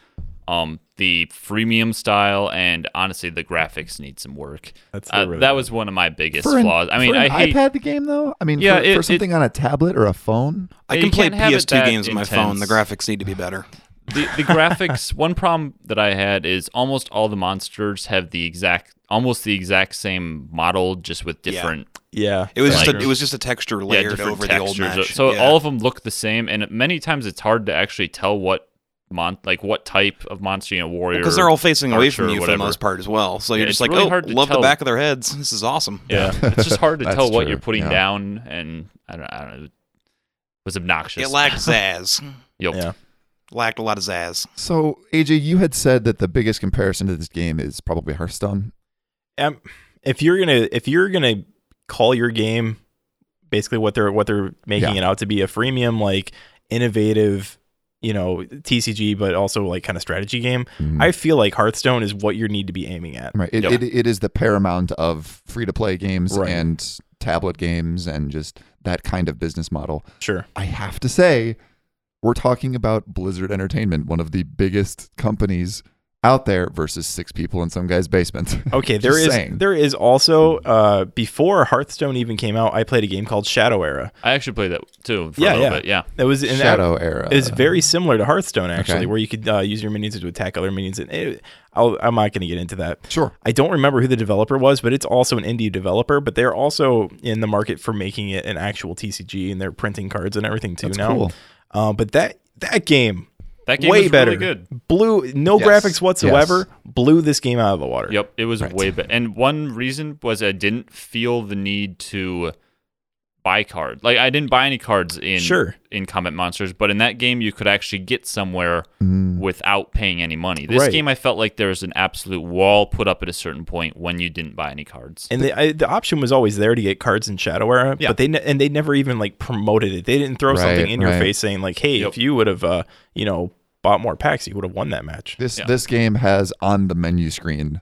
D: um, the freemium style, and honestly, the graphics need some work.
C: That's
D: Uh,
C: the road.
D: that was one of my biggest
A: For an-
D: flaws. I mean,
A: for
D: I
A: an
D: hate.
A: iPad the game though. I mean,
D: Yeah,
A: for,
D: it-
A: for something on a tablet or a phone.
B: I
D: You
B: can play
D: can't have it
B: PS2
D: that
B: games on my phone. The
D: intense.
B: graphics need to be better.
D: the, the graphics one problem that i had is almost all the monsters have the exact almost the exact same model just with
B: Yeah.
D: different
C: yeah.
B: It was
D: Like-
B: just a, it was just a texture
D: yeah,
B: layered
D: different
B: over the old
D: textures.
B: match.
D: so
B: Yeah.
D: all of them look the same and many times it's hard to actually tell what mon like what type of monster you know warrior
B: because they're all facing away from
D: Archer or
B: you for the
D: whatever.
B: most part as well. So you're
D: Yeah,
B: just
D: it's
B: like,
D: really
B: oh,
D: hard to
B: love
D: tell.
B: the back of their heads. This is awesome.
D: Yeah, it's just hard to
A: That's
D: tell what
A: true,
D: you're putting
A: yeah.
D: down, and I don't, I don't know. It was obnoxious.
B: It lacked zazz.
D: Yup.
C: Yeah.
B: lacked a lot of zazz.
A: So AJ, you had said that the biggest comparison to this game is probably Hearthstone.
C: um, if you're gonna if you're gonna call your game basically what they're what they're making
A: Yeah.
C: it out to be a freemium like innovative you know tcg but also like kind of strategy game
A: Mhm.
C: i feel like hearthstone is what you need to be aiming at
A: Right. It,
D: Yeah.
A: it, it is the paramount of free to play games
C: Right.
A: and tablet games and just that kind of business model.
C: sure
A: I have to say, we're talking about Blizzard Entertainment, one of the biggest companies out there, versus six people in some guy's basement.
C: okay
A: Just
C: there is
A: saying.
C: there is also uh before hearthstone even came out i played a game called shadow era
D: I actually played that too for
C: Yeah,
D: a little
C: yeah.
D: bit. Yeah.
C: that was in
A: Shadow era.
C: It's very similar to Hearthstone, actually,
A: Okay.
C: where you could uh, use your minions to attack other minions. And it, I'll, I'm not going to get into that.
A: sure.
C: I don't remember who the developer was, but it's also an indie developer. But they're also in the market for making it an actual TCG, and they're printing cards and everything too
A: That's
C: now.
A: cool.
C: Uh, but that that game,
D: That game
C: way
D: was
C: better.
D: really good.
C: Blew no
A: Yes.
C: graphics whatsoever. Blew this game out of the water.
D: Yep, it was
A: Right.
D: way better. And one reason was I didn't feel the need to buy card. Like I didn't buy any cards in
C: Sure.
D: in Combat Monsters, but in that game you could actually get somewhere without paying any money. This
C: Right.
D: game I felt like there was an absolute wall put up at a certain point when you didn't buy any cards.
C: And the I, the option was always there to get cards in Shadow Era,
D: Yeah.
C: but they ne- and they never even like promoted it. They didn't throw something
A: Right,
C: in your
A: right.
C: face saying like, "Hey,
D: Yep.
C: if you would have, uh, you know, bought more packs, you would have won that match."
A: This
D: Yeah.
A: this game has on the menu screen,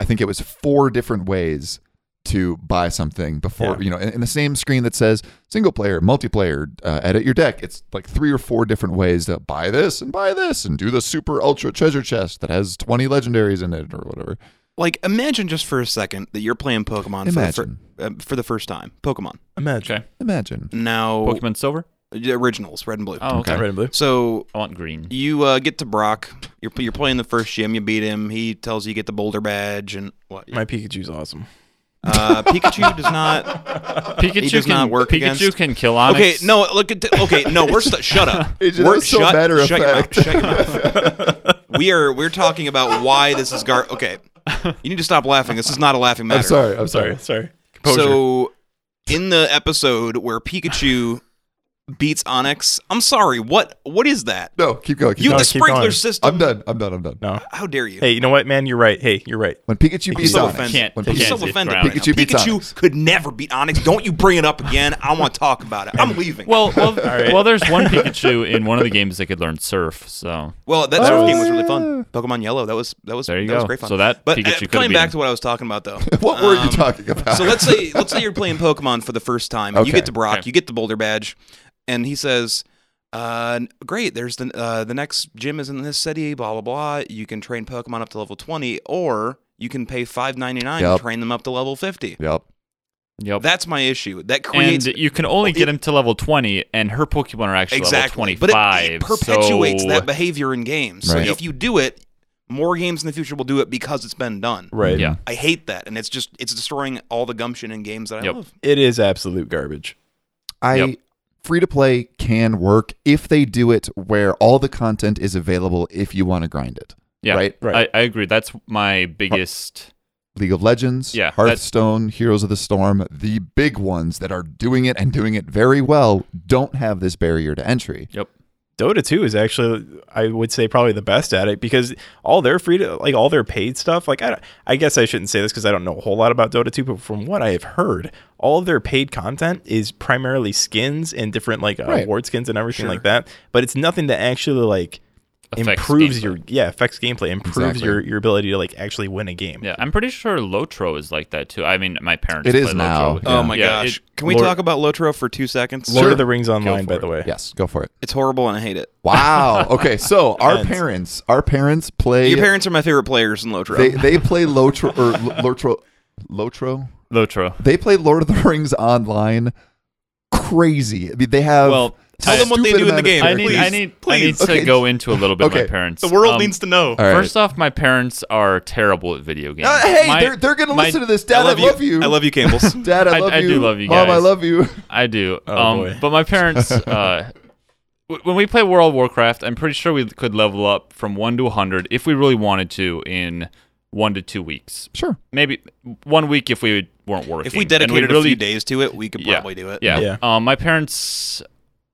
A: I think it was four different ways to buy something before
C: Yeah.
A: you know in, in the same screen that says single player multiplayer uh, edit your deck it's like three or four different ways to buy this and buy this and do the super ultra treasure chest that has 20 legendaries in it or whatever
B: Like, imagine just for a second that you're playing Pokemon for the, fir-
A: Imagine.
B: uh, for the first time. Pokemon.
C: Imagine
D: Okay.
A: imagine
B: Now,
D: Pokemon Silver?
B: the originals, red and blue.
D: Oh, okay.
A: Okay.
C: red and blue.
B: So
D: I want green.
B: you uh, get to Brock. You're you're playing the first gym. You beat him. He tells you you get the Boulder Badge and what?
C: My Pikachu's awesome.
B: Uh, Pikachu does not.
D: Pikachu
B: does
D: can
B: not work
D: Pikachu
B: against-
D: can kill Onyx.
B: Okay, no. Look at. okay, no. We're st- shut up.
A: It's just
B: we're,
A: so matter of
B: shut
A: fact.
B: Your mouth, shut your mouth. we are. We're talking about why this is gar. Okay, you need to stop laughing. This is not a laughing matter.
A: i'm sorry i'm sorry
C: Sorry, sorry.
B: So, in the episode where Pikachu beats Onyx, I'm sorry. What? What is that?
A: no keep going keep
B: You
A: going.
B: the
C: keep
B: sprinkler
C: going.
B: system.
A: i'm done i'm done i'm done
C: no.
B: How dare you?
C: Hey, you know what, man? You're right. Hey, you're right.
A: when pikachu beats
B: so
A: Onyx,
B: offended.
D: Can't-
A: when
D: can't
B: I'm
A: pikachu,
B: so
D: get
B: offended.
D: grounded.
A: Pikachu beats Onyx.
B: could never beat Onyx. Don't you bring it up again. I want to talk about it. I'm leaving.
D: Well, well,
C: right.
D: well, there's one Pikachu in one of the games that could learn Surf. So
B: Well, that,
C: Oh,
B: that game was really
A: yeah.
B: fun. Pokemon Yellow. That was that was
D: There you
B: that was
D: go.
B: great fun.
D: So that
B: but uh,
D: Pikachu could've
B: coming
D: beat
B: back
D: him.
B: to what I was talking about though.
A: what were you
B: Um,
A: talking about
B: So let's say let's say you're playing Pokemon for the first time. And You
A: Okay.
B: get to Brock.
D: Okay.
B: You get the Boulder Badge, and he says. Uh, n- great. There's the uh, the next gym is in this city. Blah blah blah. You can train Pokemon up to level twenty, or you can pay five ninety nine
A: Yep.
B: to train them up to level fifty.
A: yep
D: yep.
B: That's my issue. That creates
D: and you can only get him to level 20 and her pokemon are actually
B: exactly
D: level
B: but it-
D: 25
B: it, perpetuates
D: so
B: that behavior in games
A: Right.
B: so if you do it more games in the future will do it because it's been done
C: Right.
D: Yeah.
B: i hate that and it's just it's destroying all the gumption in games that i
D: Yep.
B: love
C: It is absolute garbage.
A: I
D: Yep.
A: free to play can work if they do it where all the content is available if you want to grind it.
D: yeah
A: Right,
C: right.
D: I, I agree that's my biggest
A: League of Legends,
D: Yeah, that's-
A: Hearthstone, Heroes of the Storm, the big ones that are doing it and doing it very well don't have this barrier to entry.
D: yep
C: Dota 2 is actually I would say probably the best at it because all their free to like all their paid stuff like I I guess I shouldn't say this because I don't know a whole lot about Dota 2 but from what I have heard all of their paid content is primarily skins and different like uh,
A: Right.
C: award skins and everything like that but it's nothing that actually like
D: Affects
C: improves
D: gameplay.
C: your yeah affects gameplay improves
A: Exactly.
C: your your ability to like actually win a game
D: yeah i'm pretty sure lotro is like that too i mean my parents
A: It
D: play
A: is
D: lotro.
A: now.
D: Yeah.
B: oh my
D: Yeah,
B: gosh
D: it-
B: can we
C: Lord-
B: talk about lotro for two seconds
C: Lord
A: Sure.
C: of the Rings Online
D: for
C: by the
D: it.
C: way
A: Yes, go for it.
B: it's horrible and i hate it
A: Wow. Okay, so our
C: Depends.
A: parents, our parents play
B: your parents are my favorite players in lotro
A: they they play Lotro or Lotro Lotro.
D: lotro
A: They play Lord of the Rings online crazy. I mean, They have
D: Well,
B: tell them what they
A: stupid
B: do in
A: amount
B: the
A: of
B: game.
D: I need,
A: characters.
D: I need, I need
B: please.
D: to
A: Okay.
D: go into a little bit
A: Okay.
D: my parents.
B: the world
D: Um,
B: needs to know
A: All right.
D: First off, my parents are terrible at video games.
A: Uh, hey,
D: My-
A: they're, they're going to
D: my-
A: listen to this. Dad, I love, you.
B: i love you campbells
A: Dad, I
D: I-
A: love
D: I
A: you.
D: do love you
A: Mom, I
D: guys.
A: love you.
D: I do.
C: Oh,
D: um,
C: boy.
D: But my parents, uh, w- when we play World of Warcraft, I'm pretty sure we could level up from 1 to 100 if we really wanted to in one to two weeks.
A: Sure.
D: Maybe one week if we weren't working.
B: if we
D: And
B: dedicated
D: really,
B: a few days to it we could
D: yeah,
B: probably do it
D: Yeah.
C: Yeah.
D: Um, my parents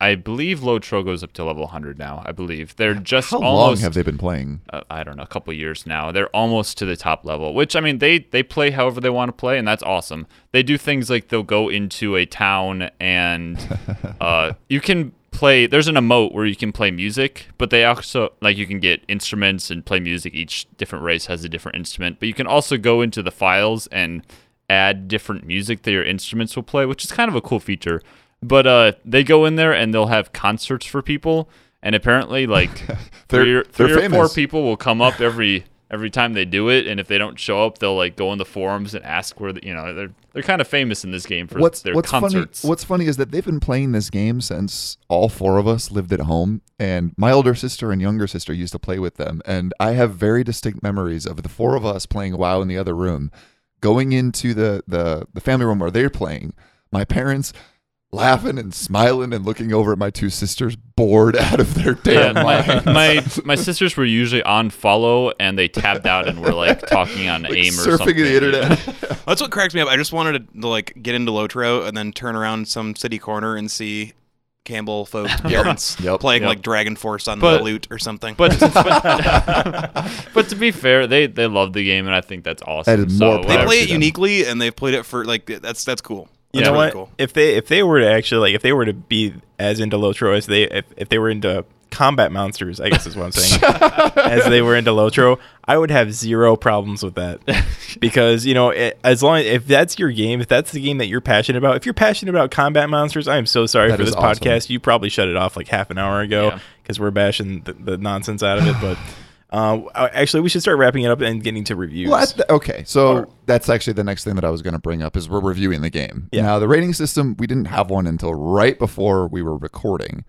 D: I believe Low Trogo's up to level 100 now. I believe they're just
A: How long
D: almost.
A: have they been playing?
D: uh, I don't know, a couple years now. They're almost to the top level, which I mean, they they play however they want to play, and that's awesome. They do things like they'll go into a town and uh, you can play. There's an emote where you can play music, but they also like you can get instruments and play music. Each different race has a different instrument, but you can also go into the files and add different music that your instruments will play, which is kind of a cool feature. But uh, they go in there and they'll have concerts for people. And apparently, like
A: They're-
D: three or,
A: they're
D: 3 or four
A: famous.
D: people people will come up every every time they do it, and if they don't show up, they'll like go in the forums and ask where the, you know they're they're kind of famous in this game for
A: What's
D: their
A: what's
D: concerts.
A: funny? What's funny is that they've been playing this game since all four of us lived at home, and my older sister and younger sister used to play with them, and I have very distinct memories of the four of us playing WoW in the other room, going into the the the family room where they're playing. My parents laughing and smiling and looking over at my two sisters, bored out of their
D: yeah,
A: damn
D: my,
A: mind.
D: my my sisters were usually on follow and they tabbed out and were like talking on aim or
A: surfing
D: something.
A: the internet.
B: That's what cracks me up. I just wanted to, to, like get into Lotro and then turn around some city corner and see Campbell folks parents
A: Yep.
B: playing
D: Yep.
B: like Dragon Force on
D: But-
B: the loot or something.
D: But, but, but to be fair, they they love the game and I think that's awesome.
A: That is
D: So, uh,
A: more
D: whatever.
B: they
A: proud.
B: play
A: to
B: it
A: them.
B: uniquely and they've played it for like that's that's cool.
C: You
B: That's
C: know
B: really
C: what?
B: cool.
C: If they if they were to actually like if they were to be as into Lotro as they if, if they were into combat monsters, I guess is what I'm saying. as they were into Lotro, I would have zero problems with that because you know it, as long if that's your game, if that's the game that you're passionate about, if you're passionate about combat monsters, I am so sorry
A: That
C: for
A: is
C: this
A: awesome.
C: podcast. You probably shut it off like half an hour ago
D: Yeah.
C: because we're bashing the, the nonsense out of it, but. Uh, actually, we should start wrapping it up and getting to reviews.
A: Well, that's- okay, so that's actually the next thing that I was going to bring up is we're reviewing the game.
C: Yeah.
A: Now, the rating system we didn't have one until right before we were recording,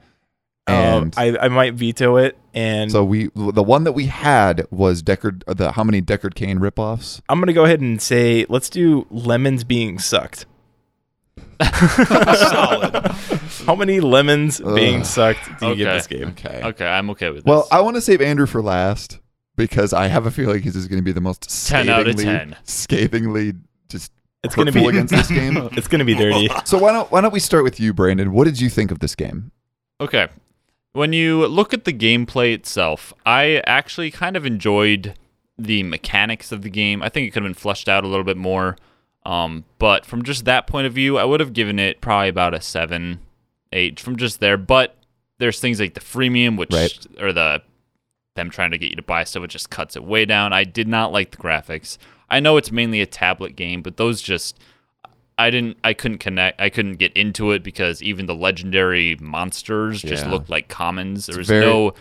C: Um,
A: and
C: I, I might veto it, and
A: so we the one that we had was Deckard the how many Deckard Kane ripoffs?
C: I'm gonna go ahead and say let's do lemons being sucked.
B: Solid.
C: How many lemons being sucked do you give
D: Okay.
C: this game?
A: Okay.
D: Okay, I'm okay with this.
A: Well, I want to save Andrew for last because I have a feeling his is going to be the most
D: 10 out of
A: scathingly-
D: 10.
A: scathingly just
C: It's gonna
A: hurtful
C: be-
A: against this game.
C: It's gonna be dirty.
A: So why don't why don't we start with you, Brandon? What did you think of this game?
D: Okay. When you look at the gameplay itself, I actually kind of enjoyed the mechanics of the game. I think it could have been fleshed out a little bit more. Um, but from just that point of view, I would have given it probably about a seven, eight from just there. But there's things like the freemium, which
A: Right.
D: or the them trying to get you to buy stuff, it just cuts it way down. I did not like the graphics. I know it's mainly a tablet game, but those just I didn't I couldn't connect I couldn't get into it because even the legendary monsters just
A: Yeah.
D: looked like commons. There was
A: very-
D: no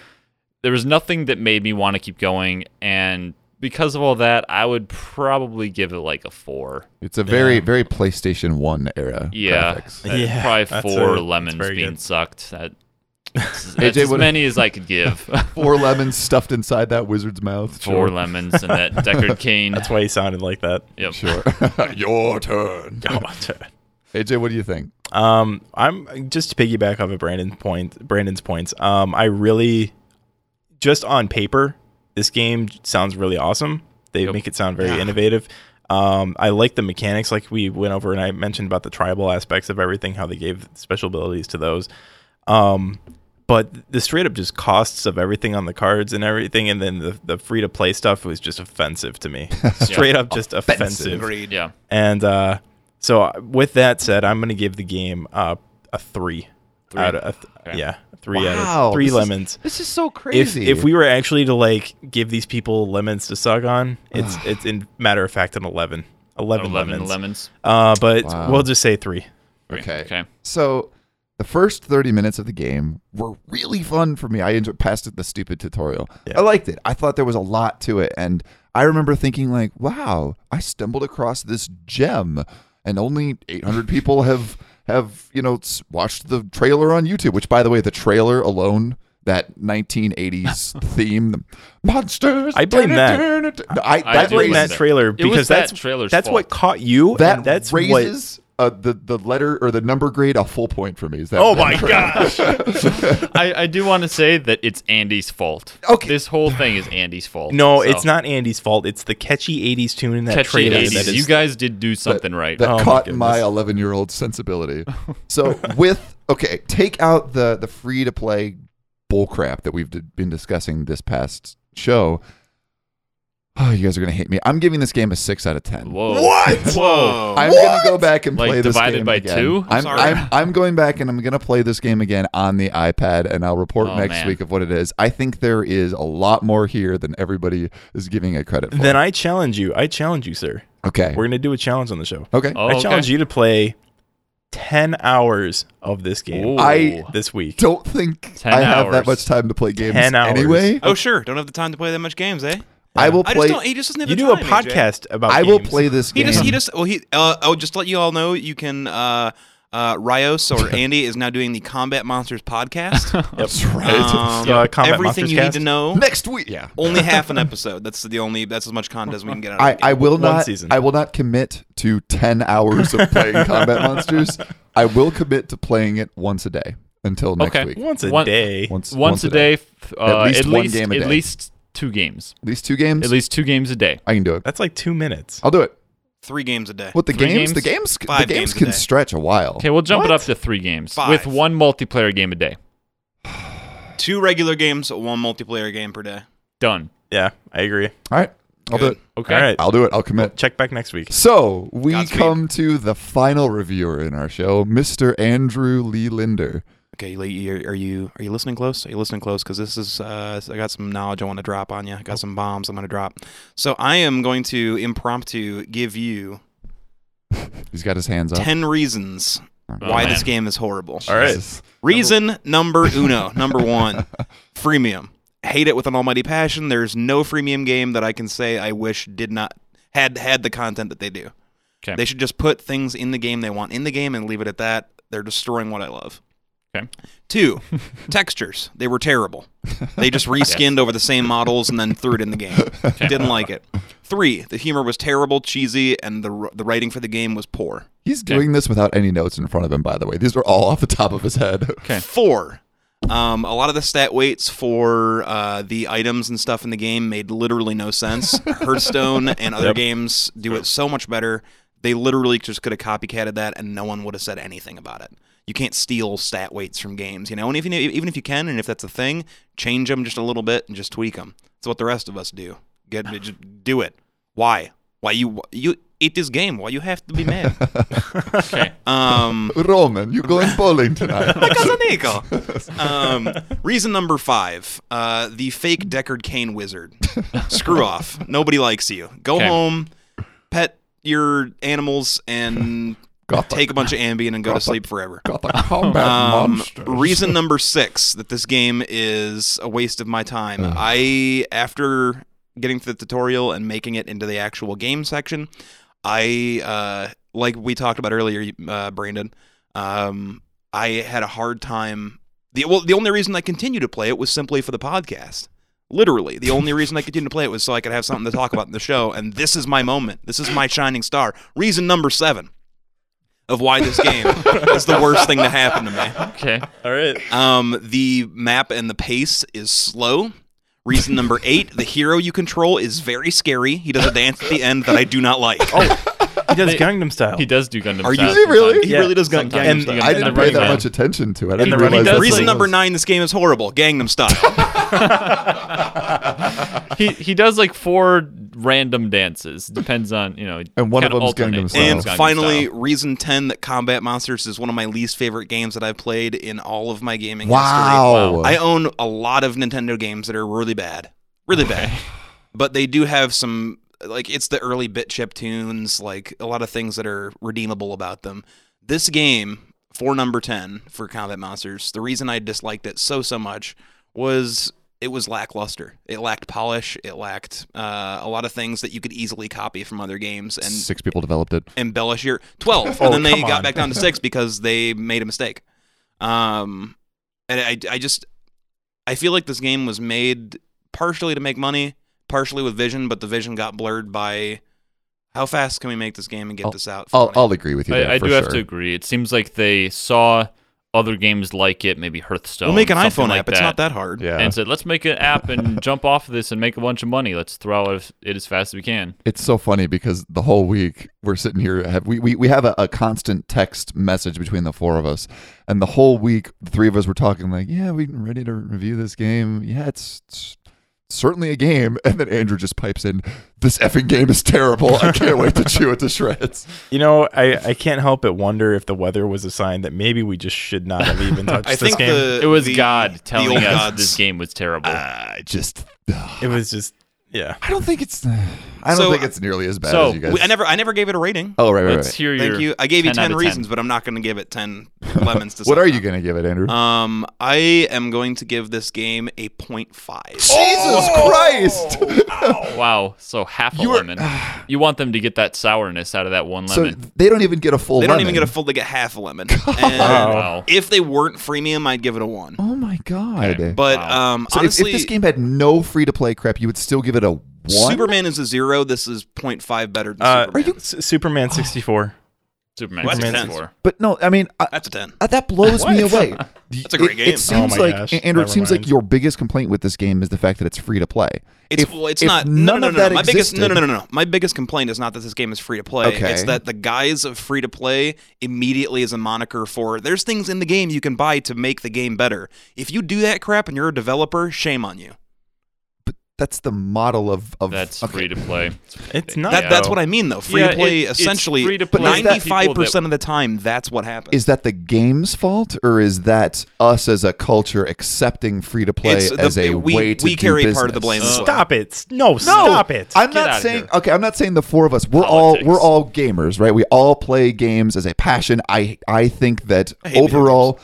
D: there was nothing that made me want to keep going and because of all that, I would probably give it like a four.
A: It's a very very PlayStation One era.
D: Yeah,
A: graphics.
D: uh,
C: Yeah,
D: probably
C: that's
D: four
C: a- that's
D: lemons
C: very
D: being
C: good.
D: sucked. That, that's
A: AJ,
D: as
A: what-
D: many as I could give.
A: four lemons stuffed inside that wizard's mouth.
D: four lemons and that Deckard Kane.
C: That's why he sounded like that.
D: Yep.
A: Sure. Your turn. AJ, what do you think?
C: Um, I'm just to piggyback off of Brandon's point. Brandon's points. Um, I really, just on paper, this game sounds really awesome. They
D: Yep.
C: make it sound very innovative. Um, I like the mechanics, like we went over, and I mentioned about the tribal aspects of everything, how they gave special abilities to those. Um, but the straight up just costs of everything on the cards and everything, and then the, the free to play stuff was just offensive to me. straight up, just offensive.
B: Agreed.
D: Yeah.
C: And uh, so, uh, with that said, I'm going to give the game uh, a three, out of a th-
D: Okay.
C: yeah, three out
A: Wow,
C: of three
A: this is
C: lemons.
A: This is so
C: If if we were actually to like give these people lemons to suck on, it's it's in matter of fact an 11. 11,
D: 11
C: lemons.
D: lemons.
C: Uh, but
A: Wow.
C: we'll just say three.
A: okay.
D: Okay.
A: So the first 30 minutes of the game were really fun for me. I enjoyed passed it the stupid tutorial.
C: Yeah.
A: I liked it. I thought there was a lot to it and I remember thinking like, wow, I stumbled across this gem and only 800 people have have, you know, s- watched the trailer on YouTube, which by the way, the trailer alone that 1980s theme, the monsters.
C: I blame that.
A: I,
D: I
A: that
D: do
A: raises-
C: Blame
D: was
C: that
D: the-
C: trailer
D: it was
C: because
D: that
C: that's
D: trailer's
C: that's what
D: fault.
C: caught you.
A: that
C: and that's what
A: raises uh, the the letter or the number grade a full point for me. Is that?
C: Oh my gosh!
D: I, I do want to say that it's Andy's fault.
A: Okay.
D: This whole thing is Andy's fault.
C: No,
D: So,
C: it's not Andy's fault. It's the catchy '80s tune in that
D: Catchy
C: trailer.
D: 80s.
C: That is
D: you guys did do something right.
A: That
C: Oh my
A: caught my
C: goodness.
A: eleven year old sensibility. So with okay, take out the the free to play bullcrap that we've d- been discussing this past show. Oh, you guys are gonna hate me. I'm giving this game a six out of ten.
D: Whoa.
B: What?
D: Whoa.
A: I'm gonna go back and
D: Like,
A: play this
D: divided
A: game
D: by
A: again.
D: two?
A: I'm,
B: Sorry.
A: I'm I'm going back and I'm gonna play this game again on the iPad, and I'll report
D: Oh,
A: next
D: man.
A: week of what it is. I think there is a lot more here than everybody is giving it credit for.
C: Then I challenge you. I challenge you, sir.
A: okay,
C: We're gonna do a challenge on the show.
A: okay.
D: Oh,
C: I challenge you to play ten hours of this game
D: Ooh.
A: I-
C: this week.
A: Don't think
D: 10
A: I have that
D: hours.
A: much time to play games
C: 10 hours.
A: anyway.
B: Oh sure, don't have the time to play that much games, eh?
A: I will
B: I
A: play.
B: just don't. He just doesn't have
C: You
B: the
C: do a
B: time, AJ.
C: podcast about.
A: I will
C: games.
A: play this
B: He
A: game.
B: just he just well he uh, oh just to let you all know you can uh uh Rios or Andy is now doing the Combat Monsters podcast.
A: That's right.
B: Um,
C: Yeah, uh, Combat
B: everything
C: Monsters
B: you
C: cast.
B: need to know.
A: Next week, yeah.
B: Only half an episode. That's the only. That's as much content as we can get out. Of
A: I,
B: it.
A: I will
C: One
A: not.
C: season.
A: I will not commit to ten hours of playing Combat Monsters. I will commit to playing it once a day until next
D: Okay.
A: week. At
C: once a
D: One-
C: day.
A: Once-
D: Once, a day, f- uh, at least,
A: least
D: at
A: one
D: least,
A: game a day.
D: At least two games.
A: least two games.
D: At least two games a day.
A: I can do it.
C: That's like two minutes.
A: I'll do it.
B: Three games a day.
A: What the
D: Three
A: games? The games.
D: games?
A: The
B: Five
A: games
B: games a
A: can
B: day.
A: stretch a while.
D: Okay, we'll jump
C: What?
D: it up to three games
B: Five.
D: with one multiplayer game a day.
B: Two regular games, one multiplayer game per day.
D: Done.
C: Yeah, I agree.
A: All right. I'll do
B: Good.
A: it.
D: Okay.
C: All right.
A: I'll do it. I'll commit.
C: Check back next week.
A: So we
B: Godspeed.
A: come to the final reviewer in our show, Mr. Andrew Lee Linder.
B: Okay, Lee, are, are you are you listening close? Are you listening close? Because this is uh, I got some knowledge I want to drop on you. I got some bombs I'm going to drop. So I am going to impromptu give you
A: He's got his hands up.
B: ten reasons
D: Oh,
B: why
D: man.
B: this game is horrible.
C: All right.
A: Jesus.
B: Reason number uno, number one, freemium. Hate it with an almighty passion. There's no freemium game that I can say I wish did not had had the content that they do.
D: Okay.
B: They should just put things in the game they want in the game and leave it at that. They're destroying what I love.
D: Okay.
B: Two, textures. They were terrible. They just reskinned over the same models and then threw it in the game. Didn't like it. Three, the humor was terrible, cheesy, and the the writing for the game was poor.
A: He's doing this without any notes in front of him, by the way. These are all off the top of his head.
D: Okay.
B: Four. Um, a lot of the stat weights for uh, the items and stuff in the game made literally no sense. Hearthstone and other games do it so much better. They literally just could have copycatted that, and no one would have said anything about it. You can't steal stat weights from games, you know. And even even if you can, and if that's a thing, change them just a little bit and just tweak them. That's what the rest of us do. Get just do it. Why? Why you you eat this game? Why you have to be mad?
D: Okay.
B: Um,
A: Roman, you going bowling tonight.
B: Casa Nico. Um, reason number five: uh, the fake Deckard Kane wizard. Screw off. Nobody likes you. Go
D: Okay.
B: home, pet your animals, and
A: Got the-
B: take a bunch of Ambien and go to sleep forever.
A: Got the combat
B: Um,
A: monsters.
B: reason number six that this game is a waste of my time. I after getting through the tutorial and making it into the actual game section, I uh, like we talked about earlier, uh, Brandon. Um, I had a hard time. The well, the only reason I continued to play it was simply for the podcast. Literally, the only reason I continued to play it was so I could have something to talk about in the show. And this is my moment. This is my shining star. Reason number seven of why this game is the worst thing to happen to me.
D: Okay.
C: All right.
B: Um, the map and the pace is slow. Reason number eight: the hero you control is very scary. He does a dance at the end that I do not like. Oh,
C: He does Gangnam Style.
D: He does do Gundam
B: Are you-
D: Style
A: Is he really?
D: sometimes.
B: he really does gun.
D: Sometimes
C: And-
D: you
A: I
D: get in
A: didn't
D: the
A: pay
D: ring
A: that
D: man.
A: much attention to it. I didn't
C: And when he
A: realize that's
C: does
D: like-
B: Reason
A: what it
B: number
A: was.
B: nine: this game is horrible. Gangnam Style.
D: He he does like four random dances. Depends on you know.
A: And one of
D: kinda
A: them's Gangnam
D: alternates.
A: Style.
B: and
A: Gangnam
B: finally, reason ten: that Combat Monsters is one of my least favorite games that I've played in all of my gaming
A: Wow.
B: history. I own a lot of Nintendo games that are really bad, really bad. but they do have some like it's the early bit chip tunes, like a lot of things that are redeemable about them. This game for number ten for Combat Monsters, the reason I disliked it so so much was it was lackluster. It lacked polish. It lacked uh, a lot of things that you could easily copy from other games and
A: Six people developed it.
B: embellish your twelve,
C: Oh,
B: and then they
C: come
B: got
C: on.
B: back down to six because they made a mistake. Um, and I, I just, I feel like this game was made partially to make money, partially with vision, but the vision got blurred by how fast can we make this game and get
D: Oh,
A: I'll-
B: this out. for
A: I'll,
B: money?
A: I'll agree with you. There,
D: I, I
A: for
D: do have
A: sure.
D: to agree. It seems like they saw other games like it, maybe Hearthstone.
B: We'll make an
D: something
B: iPhone
D: like
B: app. It's not that hard.
A: Yeah.
D: And said, let's make an app and jump off of this and make a bunch of money. Let's throw out it as fast as we can.
A: It's so funny because the whole week we're sitting here. Have, we, we we have a, a constant text message between the four of us, and the whole week the three of us were talking like, "Yeah, we're ready to review this game. Yeah, it's, it's certainly a game." And then Andrew just pipes in, "This effing game is terrible. I can't wait to chew it to shreds."
C: You know, I, I can't help but wonder if the weather was a sign that maybe we just should not have even touched
B: I
C: this
B: think
C: game.
B: the
D: It was
B: the-
D: God
B: the
D: telling
B: old
D: us
B: gods- Uh,
D: this game was terrible.
A: I just,
C: it was just yeah.
A: I don't think it's, I don't
B: So-
A: think it's nearly as bad
D: so
A: as you guys.
B: We- I never I never gave it a rating.
A: oh right, right,
D: Let's
A: right.
D: hear your.
B: Thank you. I gave you
D: 10 out
B: ten
D: of
B: reasons, but I'm not going to give it ten lemons to
A: What are you
B: something.
A: gonna give it, Andrew?
B: Um, I am going to give this game a point five.
A: Jesus
B: Oh!
A: Christ!
D: Wow. So half a
A: You are-
D: lemon.
B: uh,
D: you want them to get that sourness out of that one
A: so
D: lemon.
A: they don't even get a full.
B: They don't even
A: lemon.
B: get a full. They get half a lemon.
D: wow.
B: And if they weren't freemium, I'd give it a one.
A: Oh my god!
B: But
D: Wow.
B: um,
A: So if-
B: honestly,
A: if, this game had no free to play crap, you would still give it a one.
B: Superman is a zero. This is 0.5 better than
C: Uh,
B: Superman.
C: S- Superman sixty four?
D: Superman
B: Well, that's
D: 64.
A: but no, I mean I,
B: That's a ten.
A: I- that blows me away. That's
B: a great
A: It,
B: game.
A: seems
C: Oh my
A: like
C: gosh,
A: Andrew. It
C: never
A: seems like
C: mind.
A: your biggest complaint with this game is the fact that it's free to play.
B: It's
A: If-
B: well, it's
A: if
B: not.
A: None
B: no, no, no,
A: of
B: no,
A: that
B: My biggest
A: existed.
B: no, no, no, no, no. My biggest complaint is not that this game is free to play.
A: Okay.
B: It's that the guise of free to play immediately is a moniker for there's things in the game you can buy to make the game better. If you do that crap and you're a developer, shame on you.
A: But that's the model of of
D: That's
A: okay.
D: free to play.
C: It's not.
B: That,
D: Yeah.
B: That's what I mean, though. Free
D: Yeah,
B: to play,
D: it- it's
B: essentially,
D: free to
A: But play is that-
B: ninety-five
D: people
B: percent of the time, that's what happens.
A: Is that the game's fault, or is that us as a culture accepting free to play
B: It's the-
A: as a
B: we-
A: way to
B: we
A: do
B: carry part of the
A: business?
B: blame as well.
C: Stop it! No, stop it!
A: I'm
D: Get out
A: not
D: of
A: saying
D: here.
A: okay. I'm not saying the four of us. We're
D: Politics.
A: all we're all gamers, right? We all play games as a passion. I I think that
B: hate video
A: overall,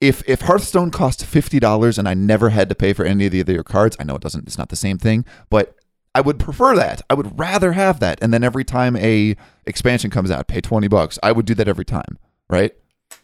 A: if if Hearthstone cost fifty dollars and I never had to pay for any of the other cards, I know it doesn't. It's not the same thing, but I would prefer that. I would rather have that. And then every time a expansion comes out, pay twenty bucks. I would do that every time, right?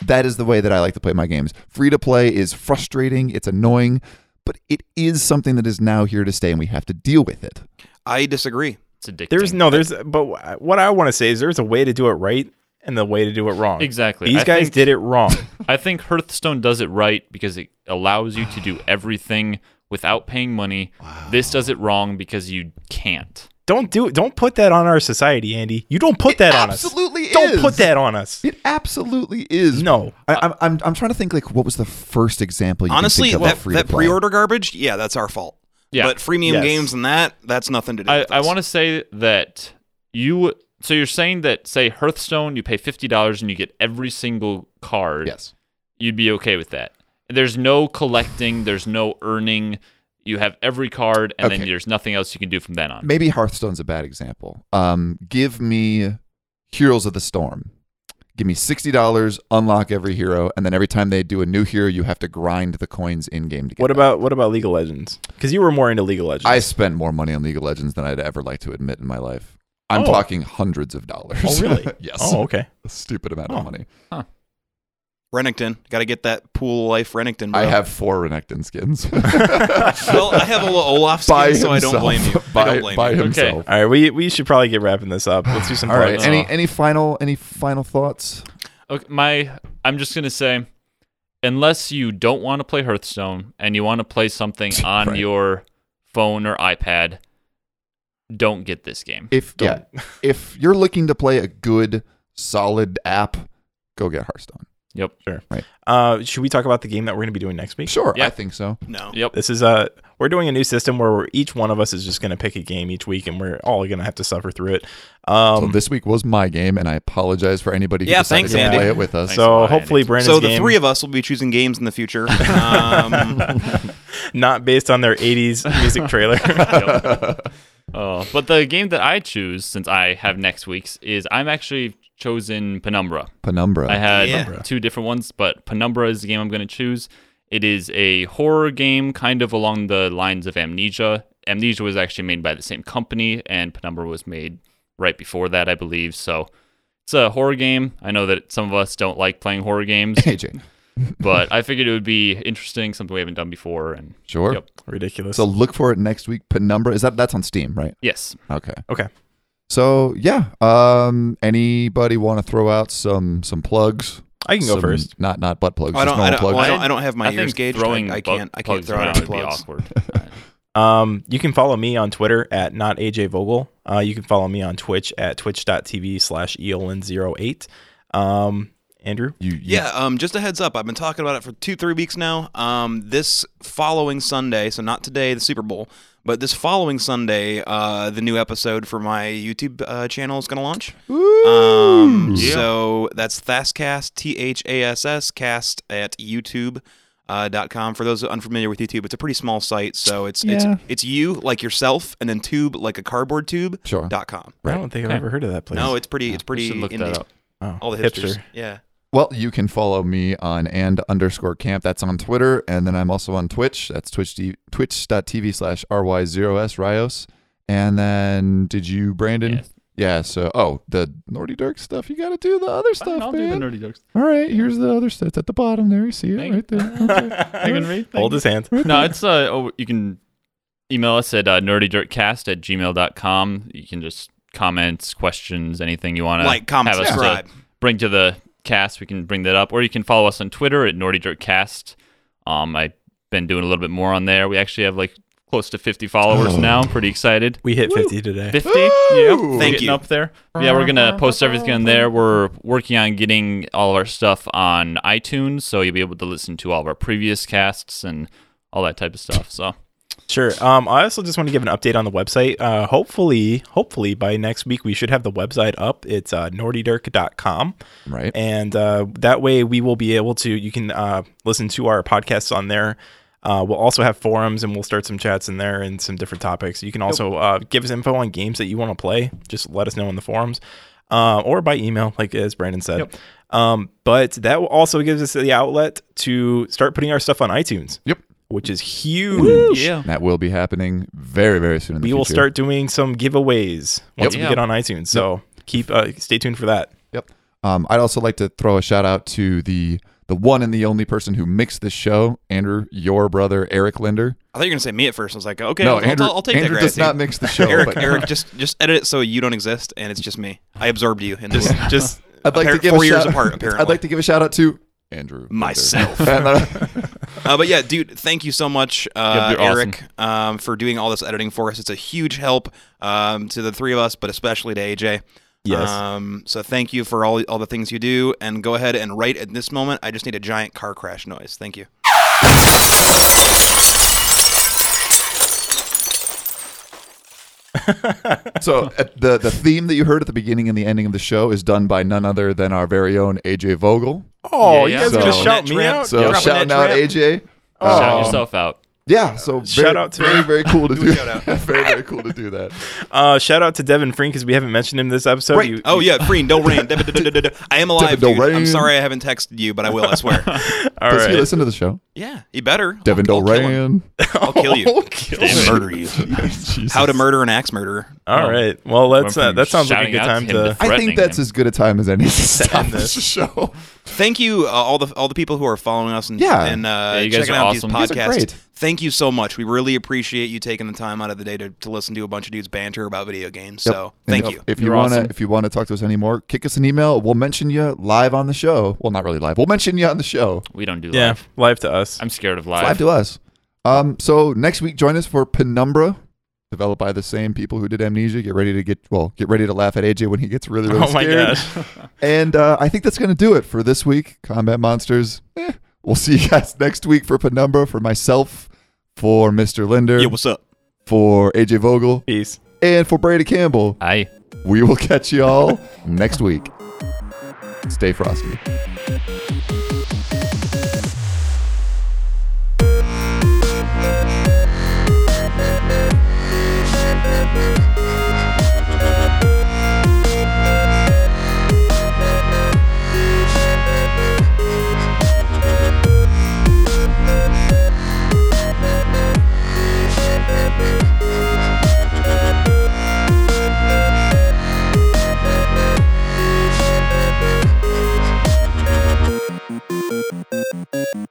A: That is the way that I like to play my games. Free to play is frustrating. It's annoying. But it is something that is now here to stay, and we have to deal with it.
B: I disagree.
D: It's addicting.
C: There's no. There's. But what I want to say is there's a way to do it right and the way to do it wrong.
D: Exactly.
C: These
D: I
C: guys
D: think-
C: did it wrong.
D: I think Hearthstone does it right because it allows you to do everything without paying money. This does it wrong because you can't.
C: don't do. Don't put that on our society, Andy. You don't put that on us.
A: absolutely
C: Don't
A: is.
C: put that on us.
A: It absolutely is.
C: No.
A: I, I'm, I'm I'm trying to think like what was the first example? You
B: Honestly,
A: can think of
B: that,
A: of free
B: that pre-order garbage, yeah, that's our fault.
D: Yeah.
B: But freemium
C: Yes.
B: games and that, that's nothing to do.
D: I,
B: with
D: I
B: us.
D: want to say that you. So you're saying that, say, Hearthstone, you pay $50 and you get every single card.
A: Yes.
D: You'd be okay with that. There's no collecting, there's no earning. You have every card, and then
A: Okay.
D: there's nothing else you can do from then on.
A: Maybe Hearthstone's a bad example. Um, give me Heroes of the Storm. Give me sixty dollars, unlock every hero, and then every time they do a new hero, you have to grind the coins in game to get.
C: What
A: it.
C: about what about League of Legends? Because you were more into League of Legends.
A: I spent more money on League of Legends than I'd ever like to admit in my life. I'm
C: Oh.
A: talking hundreds of dollars.
C: oh really?
A: yes.
C: Oh okay.
A: A stupid amount
C: Oh.
A: of money.
B: Renekton, got to get that pool of life Renekton. Bro.
A: I have four Renekton skins.
B: Well, I have a little Olaf skin,
A: by himself.
B: so I don't blame you.
A: By,
B: I don't blame
A: by
B: you.
A: himself.
C: All right. We we should probably get wrapping this up. Let's do some.
A: All right.
C: plugs.
A: Any
B: Uh,
D: Oh.
A: any final any final thoughts?
D: Okay, my I'm just gonna say, unless you don't want to play Hearthstone and you want to play something on
A: Right.
D: your phone or iPad, don't get this game.
A: If
C: Don't.
A: yeah, if you're looking to play a good solid app, go get Hearthstone.
D: Yep.
C: Uh, should we talk about the game that we're going to be doing next week?
A: Sure, I
D: Yeah.
A: think so.
B: No.
D: Yep.
C: This is a we're doing a new system where we're, each one of us is just going to pick a game each week, and we're all going to have to suffer through it. Um,
A: So this week was my game, and I apologize for anybody who
B: Yeah,
A: decided
B: thanks,
A: to
B: Andy.
A: play it with us.
D: Thanks. a
C: so
D: lot,
C: hopefully,
D: Andy.
C: Brandon's
B: So the
C: game,
B: three of us will be choosing games in the future. Um,
C: not based on their '80s music trailer.
D: Uh, but the game that I choose since I have next week's is I'm actually chosen Penumbra.
A: Penumbra.
D: I had
B: Yeah.
D: two different ones, but Penumbra is the game I'm going to choose. It is a horror game, kind of along the lines of Amnesia. Amnesia was actually made by the same company, and Penumbra was made right before that, I believe. So it's a horror game. I know that some of us don't like playing horror games,
A: AJ.
D: but I figured it would be interesting, something we haven't done before. And
A: Sure.
D: Yep.
C: Ridiculous.
A: So look for it next week. Penumbra is that that's on Steam, right?
D: yes,
A: Okay.
C: okay.
A: So yeah. Um. Anybody want to throw out some some plugs?
C: I can go
A: some-
C: first.
A: Not not butt plugs.
B: Oh, I
A: just
B: don't. I
A: normal
B: don't, well,
A: plugs.
B: I don't. I don't have my
D: I
B: ears
D: think
B: gauged.
D: throwing
B: I, I
D: bu-
B: can't. I can't
D: plugs
B: throw out
D: around
B: any
D: would be
B: plugs.
D: awkward.
C: Um, you can follow me on Twitter at not AJ Vogel. Uh, you can follow me on Twitch at twitch.tv slash E eolin08. Um, Andrew,
A: You, you-
B: Yeah, um, just a heads up. I've been talking about it for two, three weeks now. Um, this following Sunday, so not today, the Super Bowl, but this following Sunday, uh, the new episode for my YouTube uh, channel is going to launch. Um, So that's Thascast, T H A S S, cast at YouTube. Uh, dot com. For those unfamiliar with YouTube, it's a pretty small site, so it's
A: Yeah.
B: it's it's you like yourself, and then tube like a cardboard tube.
A: Sure.
B: Dot com.
A: Right.
C: I don't think I've ever heard of that place.
B: No, it's pretty. It's
D: We
B: pretty.
D: should look
B: indie.
D: that up.
C: oh,
B: All the hipsters. Yeah.
A: Well, you can follow me on and underscore camp. That's on Twitter. And then I'm also on Twitch. That's twitch d- twitch.tv slash ry0s ryos. And then did you, Brandon?
D: Yes.
A: Yeah. So, oh, the Nordy Dirk stuff. You got to do the other stuff,
D: I'll do
A: man.
D: the nerdy jokes.
A: All right. Here's the other stuff. It's at the bottom there. You see it
D: Thank-
A: right there. Okay.
D: I can read.
C: Hold his hand.
D: no, it's uh, oh, you can email us at uh, nerdydirtcast at gmail.com. You can just comments, questions, anything you want to
B: Like, comment,
D: have us
B: subscribe.
D: to bring to the cast. We can bring that up, or you can follow us on Twitter at nerdydirtcast. Um, I've been doing a little bit more on there. We actually have like close to 50 followers now. I'm pretty excited.
C: We hit 50 today.
D: 50
A: Woo!
D: yeah
B: Thank
D: getting
B: you.
D: up there yeah we're gonna post everything on there we're working on getting all of our stuff on itunes so you'll be able to listen to all of our previous casts and all that type of stuff so
C: Sure. Um, I also just want to give an update on the website. Uh, hopefully, hopefully by next week we should have the website up. It's uh, nordydirk.com.
A: Right.
C: and uh, that way we will be able to you can uh, listen to our podcasts on there uh, we'll also have forums and we'll start some chats in there and some different topics you can also uh, give us info on games that you want to play just let us know in the forums uh, or by email like as brandon said um, but that also gives us the outlet to start putting our stuff on itunes
A: Yep.
C: which is huge
D: yeah
A: That will be happening very, very soon. In the
C: we will
A: future.
C: start doing some giveaways once we
D: Yeah.
C: get on itunes so keep uh, stay tuned for that
A: Yep. Um, I'd also like to throw a shout out to the the one and the only person who mixed this show, Andrew, your brother Eric Linder.
B: I thought you were gonna say me at first. I was like, okay,
A: no,
B: I'll,
A: Andrew,
B: I'll, I'll take
A: Andrew
B: that.
A: does
B: Grassy.
A: not mix the show.
B: Eric,
A: but
B: Eric, just just edit it so you don't exist and it's just me. I absorbed you in this.
C: just
A: I'd like to
B: Appar-
A: give
B: four
A: a
B: years
A: shout-
B: apart, apparently.
A: I'd like to give a shout out to Andrew Linder.
B: Myself.
A: And, uh,
B: uh, but yeah, dude, thank you so much, uh,
D: Yep, you're
B: Eric, um, for doing all this editing for us. It's a huge help um, to the three of us, but especially to AJ.
C: Yes.
B: Um, so thank you for all all the things you do, and go ahead and right at this moment, I just need a giant car crash noise. Thank you.
A: so at the the theme that you heard at the beginning and the ending of the show is done by none other than our very own AJ Vogel.
C: oh you
D: Yeah,
C: guys
A: yeah.
C: just
A: So-
C: shout me
B: Dropping
C: out
A: So
B: Oh, Dropping
A: shouting
B: that
A: out
B: trap.
A: AJ.
D: shout
A: Um,
D: yourself out
A: Yeah, so
C: Shout
A: very,
C: out to-
A: very, very cool to do.
B: shout out.
A: very, very cool to do that.
C: Uh, shout out to Devin Freen because we haven't mentioned him this episode. You-
B: oh yeah, Freen, don't rain. Da- da- da- da- da- da. I am alive,
A: Devin
B: dude.
A: Doreen.
B: I'm sorry I haven't texted you, but I will. I swear.
C: all
A: Does he
C: right.
A: listen to the show?
B: yeah, you better. I'll-
A: Devin Oh,
B: I'll kill him.
A: Dolran.
B: I'll kill you.
C: Okay.
B: I'll murder you. How to murder an axe murderer.
C: All right. Well,
D: Went
C: that's uh,
D: from
C: that sounds like a
D: shouting
C: good
D: out
C: time
D: him
C: to.
A: I
D: threatening
A: think that's
D: him.
A: as good a time as any to stop this show.
B: Thank you, uh, all the all the people who are following us and
A: Yeah.
B: and uh,
D: Yeah, you guys
B: checking
D: are
B: out
D: awesome.
B: these
D: You guys
A: are
B: podcasts.
A: great.
B: Thank you so much. We really appreciate you taking the time out of the day to, to listen to a bunch of dudes banter about video games. So
A: And
B: thank
A: if,
B: you.
A: If you
D: You're
A: wanna
D: awesome.
A: if you wanna talk to us anymore, kick us an email. We'll mention you live on the show. Well, not really live. We'll mention you on the show.
D: we don't do
C: Yeah,
D: live
C: live to us.
D: i'm scared of
A: Live
D: live
A: to us. Um, so next week, join us for Penumbra, developed by the same people who did Amnesia. Get ready to get well. Get ready to laugh at AJ when he gets really really
C: oh my
A: scared.
C: gosh.
A: And uh, I think that's going to do it for this week. Combat Monsters. Eh. We'll see you guys next week for Penumbra. For myself, for Mr. Linder,
B: Yeah, what's up?
A: for AJ Vogel,
C: Peace.
A: and for Brady Campbell.
D: i
A: We will catch you all next week. Stay frosty.